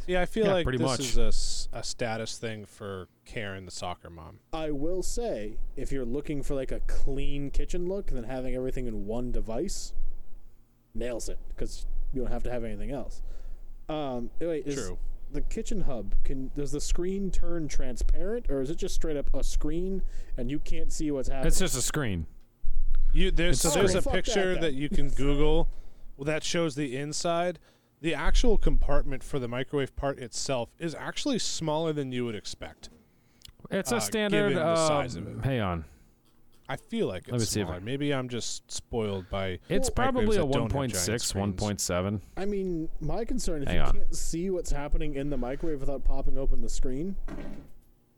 [SPEAKER 2] Yeah, I feel
[SPEAKER 1] Yeah,
[SPEAKER 2] like
[SPEAKER 1] pretty
[SPEAKER 2] this
[SPEAKER 1] much.
[SPEAKER 2] is a s- a, status thing for Karen, the soccer mom.
[SPEAKER 4] I will say, if you're looking for like a clean kitchen look, then having everything in one device nails it because you don't have to have anything else. Um, wait, is
[SPEAKER 2] True.
[SPEAKER 4] the kitchen hub can does the screen turn transparent or is it just straight up a screen and you can't see what's happening?
[SPEAKER 1] It's just a screen.
[SPEAKER 2] You there's so
[SPEAKER 4] It's
[SPEAKER 2] there's
[SPEAKER 4] cool.
[SPEAKER 2] a
[SPEAKER 4] Fuck that
[SPEAKER 2] picture
[SPEAKER 4] then.
[SPEAKER 2] that you can Google well, that shows the inside. The actual compartment for the microwave part itself is actually smaller than you would expect.
[SPEAKER 1] It's
[SPEAKER 2] Uh,
[SPEAKER 1] a standard.
[SPEAKER 2] given the
[SPEAKER 1] uh,
[SPEAKER 2] size of it.
[SPEAKER 1] Hang on.
[SPEAKER 2] I feel like it's
[SPEAKER 1] Let me see if
[SPEAKER 2] smaller.
[SPEAKER 1] I-
[SPEAKER 2] Maybe I'm just spoiled by.
[SPEAKER 1] It's
[SPEAKER 2] microwaves
[SPEAKER 1] probably a
[SPEAKER 2] that don't have
[SPEAKER 1] 1.6,
[SPEAKER 2] giant screens.
[SPEAKER 1] 1.7.
[SPEAKER 4] I mean, my concern if
[SPEAKER 1] Hang
[SPEAKER 4] you
[SPEAKER 1] on.
[SPEAKER 4] can't see what's happening in the microwave without popping open the screen,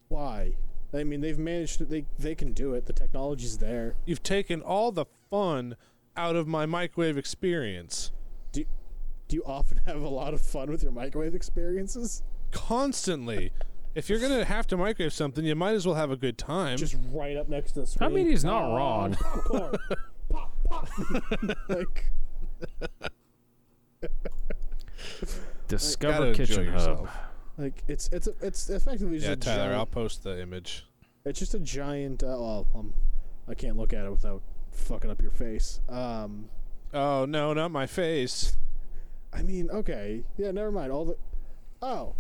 [SPEAKER 4] why? I mean, they've managed to, they they can do it. The technology's there.
[SPEAKER 2] You've taken all the fun out of my microwave experience.
[SPEAKER 4] Do do you often [LAUGHS] have a lot of fun with your microwave experiences?
[SPEAKER 2] constantly. if you're gonna have to microwave something, you might as well have a good time.
[SPEAKER 4] Just right up next to the
[SPEAKER 1] I
[SPEAKER 4] screen.
[SPEAKER 1] mean, he's not
[SPEAKER 4] Oh,
[SPEAKER 1] wrong.
[SPEAKER 4] Popcorn. pop,
[SPEAKER 1] [LAUGHS]
[SPEAKER 4] pop. like,
[SPEAKER 1] Discover
[SPEAKER 2] Gotta enjoy
[SPEAKER 1] Kitchen Hub.
[SPEAKER 2] yourself.
[SPEAKER 4] like it's it's a, it's effectively just
[SPEAKER 2] yeah,
[SPEAKER 4] a
[SPEAKER 2] Tyler,
[SPEAKER 4] giant,
[SPEAKER 2] I'll post the image.
[SPEAKER 4] It's just a giant. Uh, well, um, I can't look at it without fucking up your face. Um,
[SPEAKER 2] Oh no, not my face.
[SPEAKER 4] I mean, okay, yeah, never mind. All the, oh,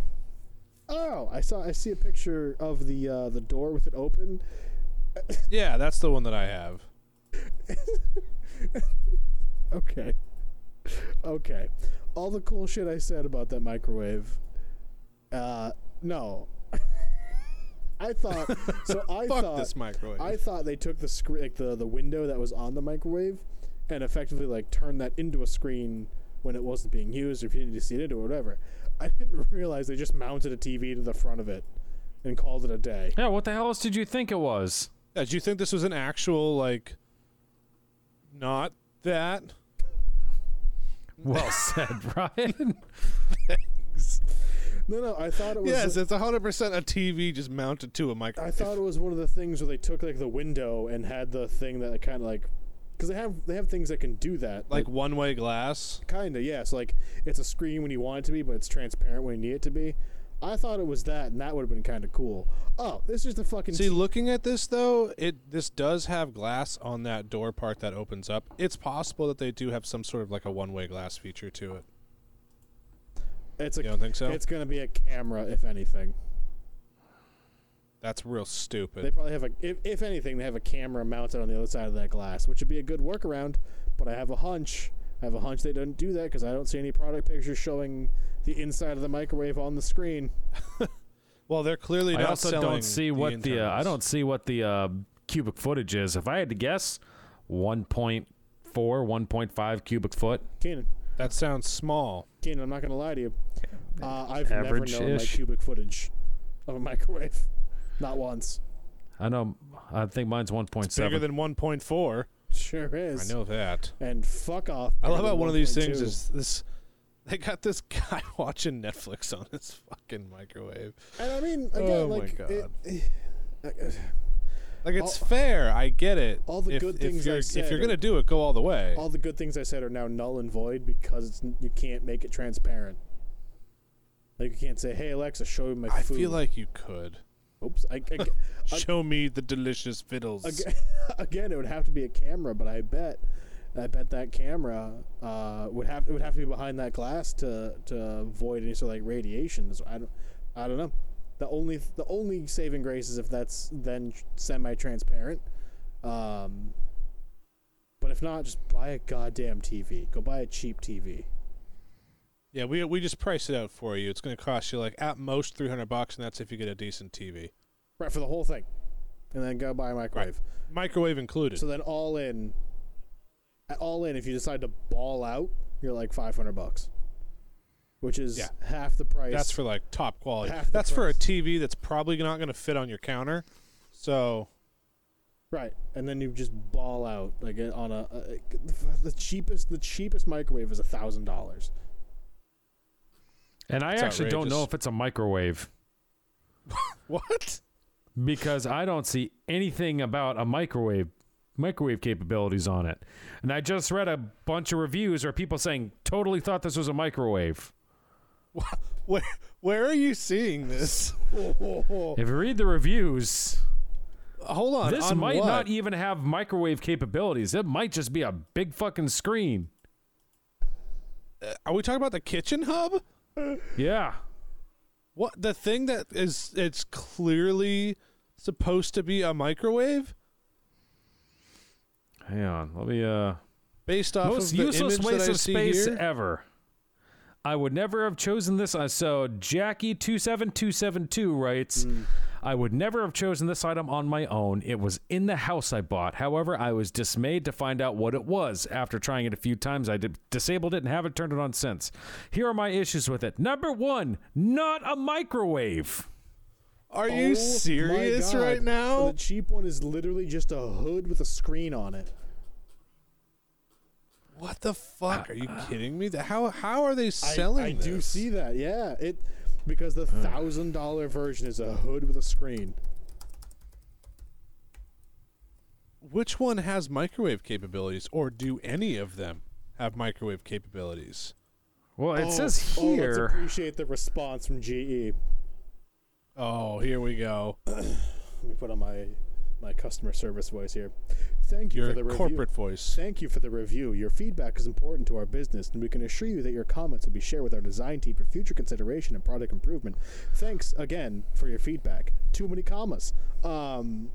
[SPEAKER 4] oh, I saw, I see a picture of the uh, the door with it open.
[SPEAKER 2] Yeah, that's the one that I have.
[SPEAKER 4] Okay, okay, all the cool shit I said about that microwave. Uh, no, [LAUGHS] I thought so. I
[SPEAKER 2] Fuck
[SPEAKER 4] thought
[SPEAKER 2] this microwave.
[SPEAKER 4] I thought they took the screen, like the the window that was on the microwave, and effectively like turned that into a screen when it wasn't being used, or if you needed to see it into or whatever. I didn't [LAUGHS] realize they just mounted a TV to the front of it and called it a day.
[SPEAKER 1] Yeah, what the hell else did you think it
[SPEAKER 2] [LAUGHS]
[SPEAKER 1] was?
[SPEAKER 2] Yeah, do you think this was an actual like? Not that.
[SPEAKER 1] Well said, [LAUGHS] Ryan.
[SPEAKER 4] No, no, I thought it was.
[SPEAKER 2] Yes, it's hundred percent a TV just mounted to a microwave.
[SPEAKER 4] I thought it was one of the things where they took like the window and had the thing that kind of like, because they have they have things that can do that.
[SPEAKER 2] like one way glass.
[SPEAKER 4] Kinda, yeah. So like, it's a screen when you want it to be, but it's transparent when you need it to be. I thought it was that, and that would have been kind of cool. Oh, it's just a fucking.
[SPEAKER 2] See,
[SPEAKER 4] t-
[SPEAKER 2] looking at this though, it this does have glass on that door part that opens up. It's possible that they do have some sort of like a one way glass feature to it.
[SPEAKER 4] it's a.
[SPEAKER 2] You don't think so?
[SPEAKER 4] It's gonna be a camera, if anything.
[SPEAKER 2] That's real
[SPEAKER 4] They
[SPEAKER 2] stupid.
[SPEAKER 4] probably have a. If, if anything, they have a camera mounted on the other side of that glass, which would be a good workaround. But I have a hunch. I have a hunch they don't do that because I don't see any product pictures showing the inside of the microwave on the screen.
[SPEAKER 2] Well, they're clearly
[SPEAKER 1] I
[SPEAKER 2] not
[SPEAKER 1] also
[SPEAKER 2] selling
[SPEAKER 1] don't see what the, uh, I
[SPEAKER 2] internals.
[SPEAKER 1] don't see what the uh, cubic footage is. If I had to guess, 1.4, 1.5 cubic foot.
[SPEAKER 4] Keenan,
[SPEAKER 2] That sounds small.
[SPEAKER 4] Keenan, I'm not gonna lie to you. Uh, I've never known my
[SPEAKER 1] Average-ish.
[SPEAKER 4] cubic footage of a microwave, not once.
[SPEAKER 1] I know. I think mine's 1.7.
[SPEAKER 2] Bigger than one point four.
[SPEAKER 4] Sure
[SPEAKER 2] I
[SPEAKER 4] is.
[SPEAKER 2] know that.
[SPEAKER 4] And fuck off.
[SPEAKER 2] I love
[SPEAKER 4] bigger
[SPEAKER 2] how
[SPEAKER 4] than
[SPEAKER 2] one of these
[SPEAKER 4] 1.2.
[SPEAKER 2] things is this. They got this [LAUGHS] guy watching Netflix on his fucking microwave.
[SPEAKER 4] And I mean, again,
[SPEAKER 2] Oh my
[SPEAKER 4] like, it-
[SPEAKER 2] God. Like it's fair, I get it.
[SPEAKER 4] all the
[SPEAKER 2] if,
[SPEAKER 4] good
[SPEAKER 2] if
[SPEAKER 4] things I
[SPEAKER 2] you're,
[SPEAKER 4] said
[SPEAKER 2] If you're
[SPEAKER 4] are-
[SPEAKER 2] gonna do it, go all the way.
[SPEAKER 4] all the good things I said are now null and void because it's, n- you can't make it transparent. Like you can't say, "Hey Alexa, show me my
[SPEAKER 2] I
[SPEAKER 4] food."
[SPEAKER 2] feel like you could.
[SPEAKER 4] oops. I, I,
[SPEAKER 2] [LAUGHS]
[SPEAKER 4] I-
[SPEAKER 2] Show me the delicious fiddles.
[SPEAKER 4] again, [LAUGHS] again, it would have to be a camera, but I bet, I bet that camera uh, would have it would have to be behind that glass to to avoid any sort of like radiation. So I don't, I don't know. The only the only saving grace is if that's then semi-transparent. Um, but if not, just buy a goddamn TV. Go buy a cheap TV.
[SPEAKER 2] Yeah, we we just price it out for you. It's going to cost you like at most three hundred bucks, and that's if you get a decent TV,
[SPEAKER 4] Right, for the whole thing. And then go buy a microwave.
[SPEAKER 2] microwave included.
[SPEAKER 4] So then all in all in if you decide to ball out, you're like 500 bucks. Which is
[SPEAKER 2] Yeah.
[SPEAKER 4] half the price.
[SPEAKER 2] that's for like top quality.
[SPEAKER 4] Half the
[SPEAKER 2] That's for a
[SPEAKER 4] price.
[SPEAKER 2] TV that's probably not going to fit on your counter. So
[SPEAKER 4] right. And then you just ball out like uh, on a, a the cheapest the cheapest microwave is a $1000.
[SPEAKER 1] and I
[SPEAKER 2] It's
[SPEAKER 1] actually don't know
[SPEAKER 2] outrageous.
[SPEAKER 1] if it's a microwave
[SPEAKER 2] what?
[SPEAKER 1] because I don't see anything about a microwave microwave capabilities on it. And I just read a bunch of reviews or people saying totally thought this was a microwave.
[SPEAKER 2] [LAUGHS] Where where are you seeing
[SPEAKER 4] [LAUGHS]
[SPEAKER 2] this?
[SPEAKER 1] If you read the reviews,
[SPEAKER 2] Hold on.
[SPEAKER 1] this
[SPEAKER 2] on
[SPEAKER 1] might
[SPEAKER 2] what?
[SPEAKER 1] not even have microwave capabilities. It might just be a big fucking screen.
[SPEAKER 4] e-
[SPEAKER 2] Are we talking about the kitchen hub?
[SPEAKER 1] Yeah.
[SPEAKER 2] What the thing that is? It's clearly supposed to be a microwave
[SPEAKER 1] Hang on. Let me uh
[SPEAKER 2] based off
[SPEAKER 1] most
[SPEAKER 2] of the
[SPEAKER 1] useless
[SPEAKER 2] image that
[SPEAKER 1] waste
[SPEAKER 2] I
[SPEAKER 1] of
[SPEAKER 2] see
[SPEAKER 1] space
[SPEAKER 2] here.
[SPEAKER 1] ever. I would never have chosen this. Uh, so Jackie two seven two seven two writes,
[SPEAKER 2] Hmm.
[SPEAKER 1] I would never have chosen this item on my own. It was in the house I bought. However, I was dismayed to find out what it was. After trying it a few times, I did, disabled it and haven't turned it on since. Here are my issues with it. Number one, not a microwave.
[SPEAKER 2] Are
[SPEAKER 4] Oh
[SPEAKER 2] you
[SPEAKER 4] my
[SPEAKER 2] serious
[SPEAKER 4] God.
[SPEAKER 2] right now?
[SPEAKER 4] The cheap one is literally just a hood with a screen on it.
[SPEAKER 2] What the fuck? Are you kidding me? The- How how are they
[SPEAKER 4] Ah. I-
[SPEAKER 2] selling
[SPEAKER 4] I, do
[SPEAKER 2] this?
[SPEAKER 4] see that. Yeah, it because the thousand dollar version is a hood with a screen.
[SPEAKER 2] Which one has microwave capabilities, or do any of them have microwave capabilities?
[SPEAKER 1] Well, it
[SPEAKER 4] Oh,
[SPEAKER 1] says
[SPEAKER 4] oh, let's
[SPEAKER 1] here.
[SPEAKER 4] appreciate the response from E. GE.
[SPEAKER 2] Oh, here we go.
[SPEAKER 4] Uh, Let me put on my my customer service voice here. Thank you
[SPEAKER 2] Your
[SPEAKER 4] for the review.
[SPEAKER 2] corporate voice.
[SPEAKER 4] Thank you for the review. Your feedback is important to our business, and we can assure you that your comments will be shared with our design team for future consideration and product improvement. Thanks again for your feedback. Too many commas. Um,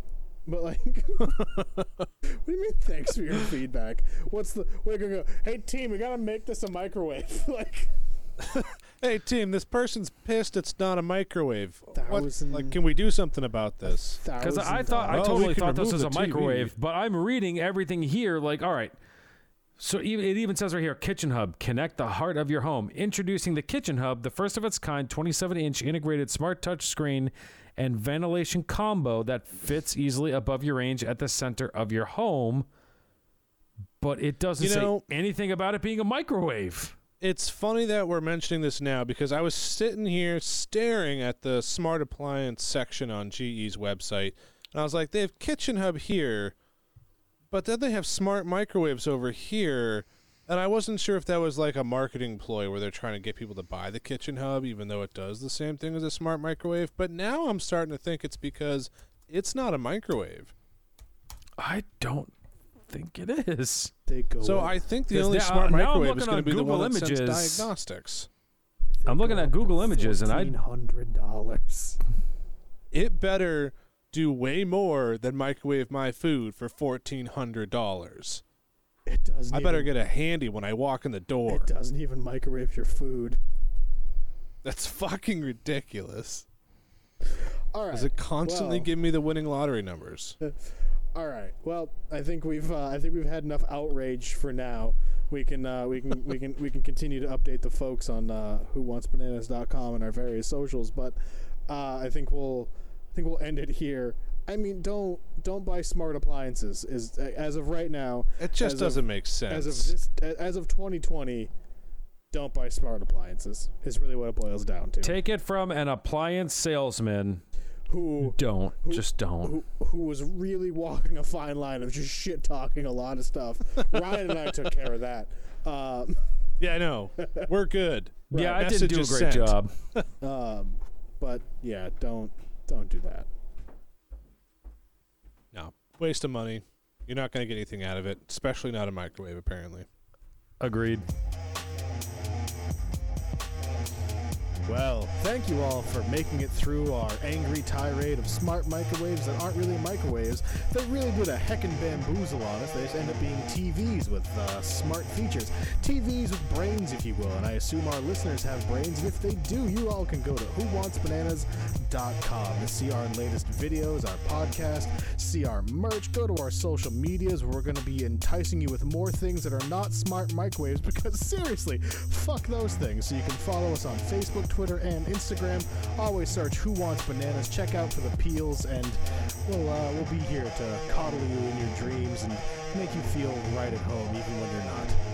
[SPEAKER 4] but like, [LAUGHS] what do you mean? Thanks for your [LAUGHS] feedback. What's the? We're gonna go. Hey team, we gotta make this a microwave. like,
[SPEAKER 2] hey team, this person's pissed. It's not a microwave. What,
[SPEAKER 4] Thousand-
[SPEAKER 2] like, can we do something about this?
[SPEAKER 1] Because I
[SPEAKER 4] Thousand
[SPEAKER 1] thought I
[SPEAKER 2] Oh, we
[SPEAKER 1] totally
[SPEAKER 2] can
[SPEAKER 1] thought this
[SPEAKER 2] remove
[SPEAKER 1] was
[SPEAKER 2] the
[SPEAKER 1] a
[SPEAKER 2] TV.
[SPEAKER 1] microwave, but I'm reading everything here. Like, all right. So even, it even says right here, Kitchen Hub, connect the heart of your home. Introducing the Kitchen Hub, the first of its kind, 27-inch integrated smart touch screen and ventilation combo that fits easily above your range at the center of your home. But it doesn't
[SPEAKER 2] You know-
[SPEAKER 1] say anything about it being a microwave.
[SPEAKER 2] It's funny that we're mentioning this now because I was sitting here staring at the smart appliance section on GE's website, and I was like, they have Kitchen Hub here, but then they have smart microwaves over here. And I wasn't sure if that was like a marketing ploy where they're trying to get people to buy the Kitchen Hub, even though it does the same thing as a smart microwave. But now I'm starting to think it's because it's not a microwave.
[SPEAKER 1] I don't think it is.
[SPEAKER 4] they go
[SPEAKER 2] So
[SPEAKER 4] up.
[SPEAKER 2] I think the
[SPEAKER 1] Because
[SPEAKER 2] only
[SPEAKER 1] now-
[SPEAKER 2] smart
[SPEAKER 1] now I'm
[SPEAKER 2] microwave
[SPEAKER 1] looking
[SPEAKER 2] is
[SPEAKER 1] on
[SPEAKER 2] going to be
[SPEAKER 1] Google
[SPEAKER 2] the one that
[SPEAKER 1] Images.
[SPEAKER 2] sends diagnostics.
[SPEAKER 4] They
[SPEAKER 1] I'm
[SPEAKER 4] go
[SPEAKER 1] looking at
[SPEAKER 4] up to
[SPEAKER 1] Google Images and I-
[SPEAKER 4] $1,400.
[SPEAKER 2] it better do way more than microwave my food for fourteen hundred dollars.
[SPEAKER 4] It doesn't.
[SPEAKER 2] I better
[SPEAKER 4] even,
[SPEAKER 2] get a handy when I walk in the door.
[SPEAKER 4] It doesn't even microwave your food.
[SPEAKER 2] That's [LAUGHS] fucking ridiculous.
[SPEAKER 4] All right.
[SPEAKER 2] Does it constantly
[SPEAKER 4] well-
[SPEAKER 2] give me the winning lottery numbers?
[SPEAKER 4] All right. Well, I think we've uh, I think we've had enough outrage for now. We can uh, we can we can we can continue to update the folks on uh, whowantsbananas.com and our various socials. But uh, I think we'll I think we'll end it here. I mean, don't don't buy smart appliances. Is as of right now.
[SPEAKER 2] It just
[SPEAKER 4] as of-
[SPEAKER 2] doesn't make sense.
[SPEAKER 4] as of this, a- as of 2020. Don't buy smart appliances. Is really what it boils down to.
[SPEAKER 1] Take it from an appliance salesman.
[SPEAKER 4] who
[SPEAKER 1] Don't. Just don't.
[SPEAKER 4] who, who was really walking a fine line of just shit talking a lot of stuff. Ryan and I took care of that. Um,
[SPEAKER 2] yeah, I know. We're good.
[SPEAKER 1] yeah,
[SPEAKER 2] Right,
[SPEAKER 1] I didn't
[SPEAKER 2] message
[SPEAKER 1] do a
[SPEAKER 2] is
[SPEAKER 1] great
[SPEAKER 2] sent.
[SPEAKER 1] job.
[SPEAKER 4] um, but yeah, don't don't do that.
[SPEAKER 2] No, waste of money. You're not going to get anything out of it, especially not a microwave. Apparently.
[SPEAKER 1] Agreed.
[SPEAKER 4] Well, thank you all for making it through our angry tirade of smart microwaves that aren't really microwaves that really did a heckin' bamboozle on us. They just end up being TVs with uh, smart features. TVs with brains, if you will, and I assume our listeners have brains, and if they do, you all can go to whowantsbananas.com to see our latest videos, our podcast, see our merch, go to our social medias where we're going to be enticing you with more things that are not smart microwaves because [LAUGHS] seriously, fuck those things. So you can follow us on Facebook, Twitter, and Instagram. Always search Who Wants Bananas. Check out for the peels, and we'll uh, we'll be here to coddle you in your dreams and make you feel right at home, even when you're not.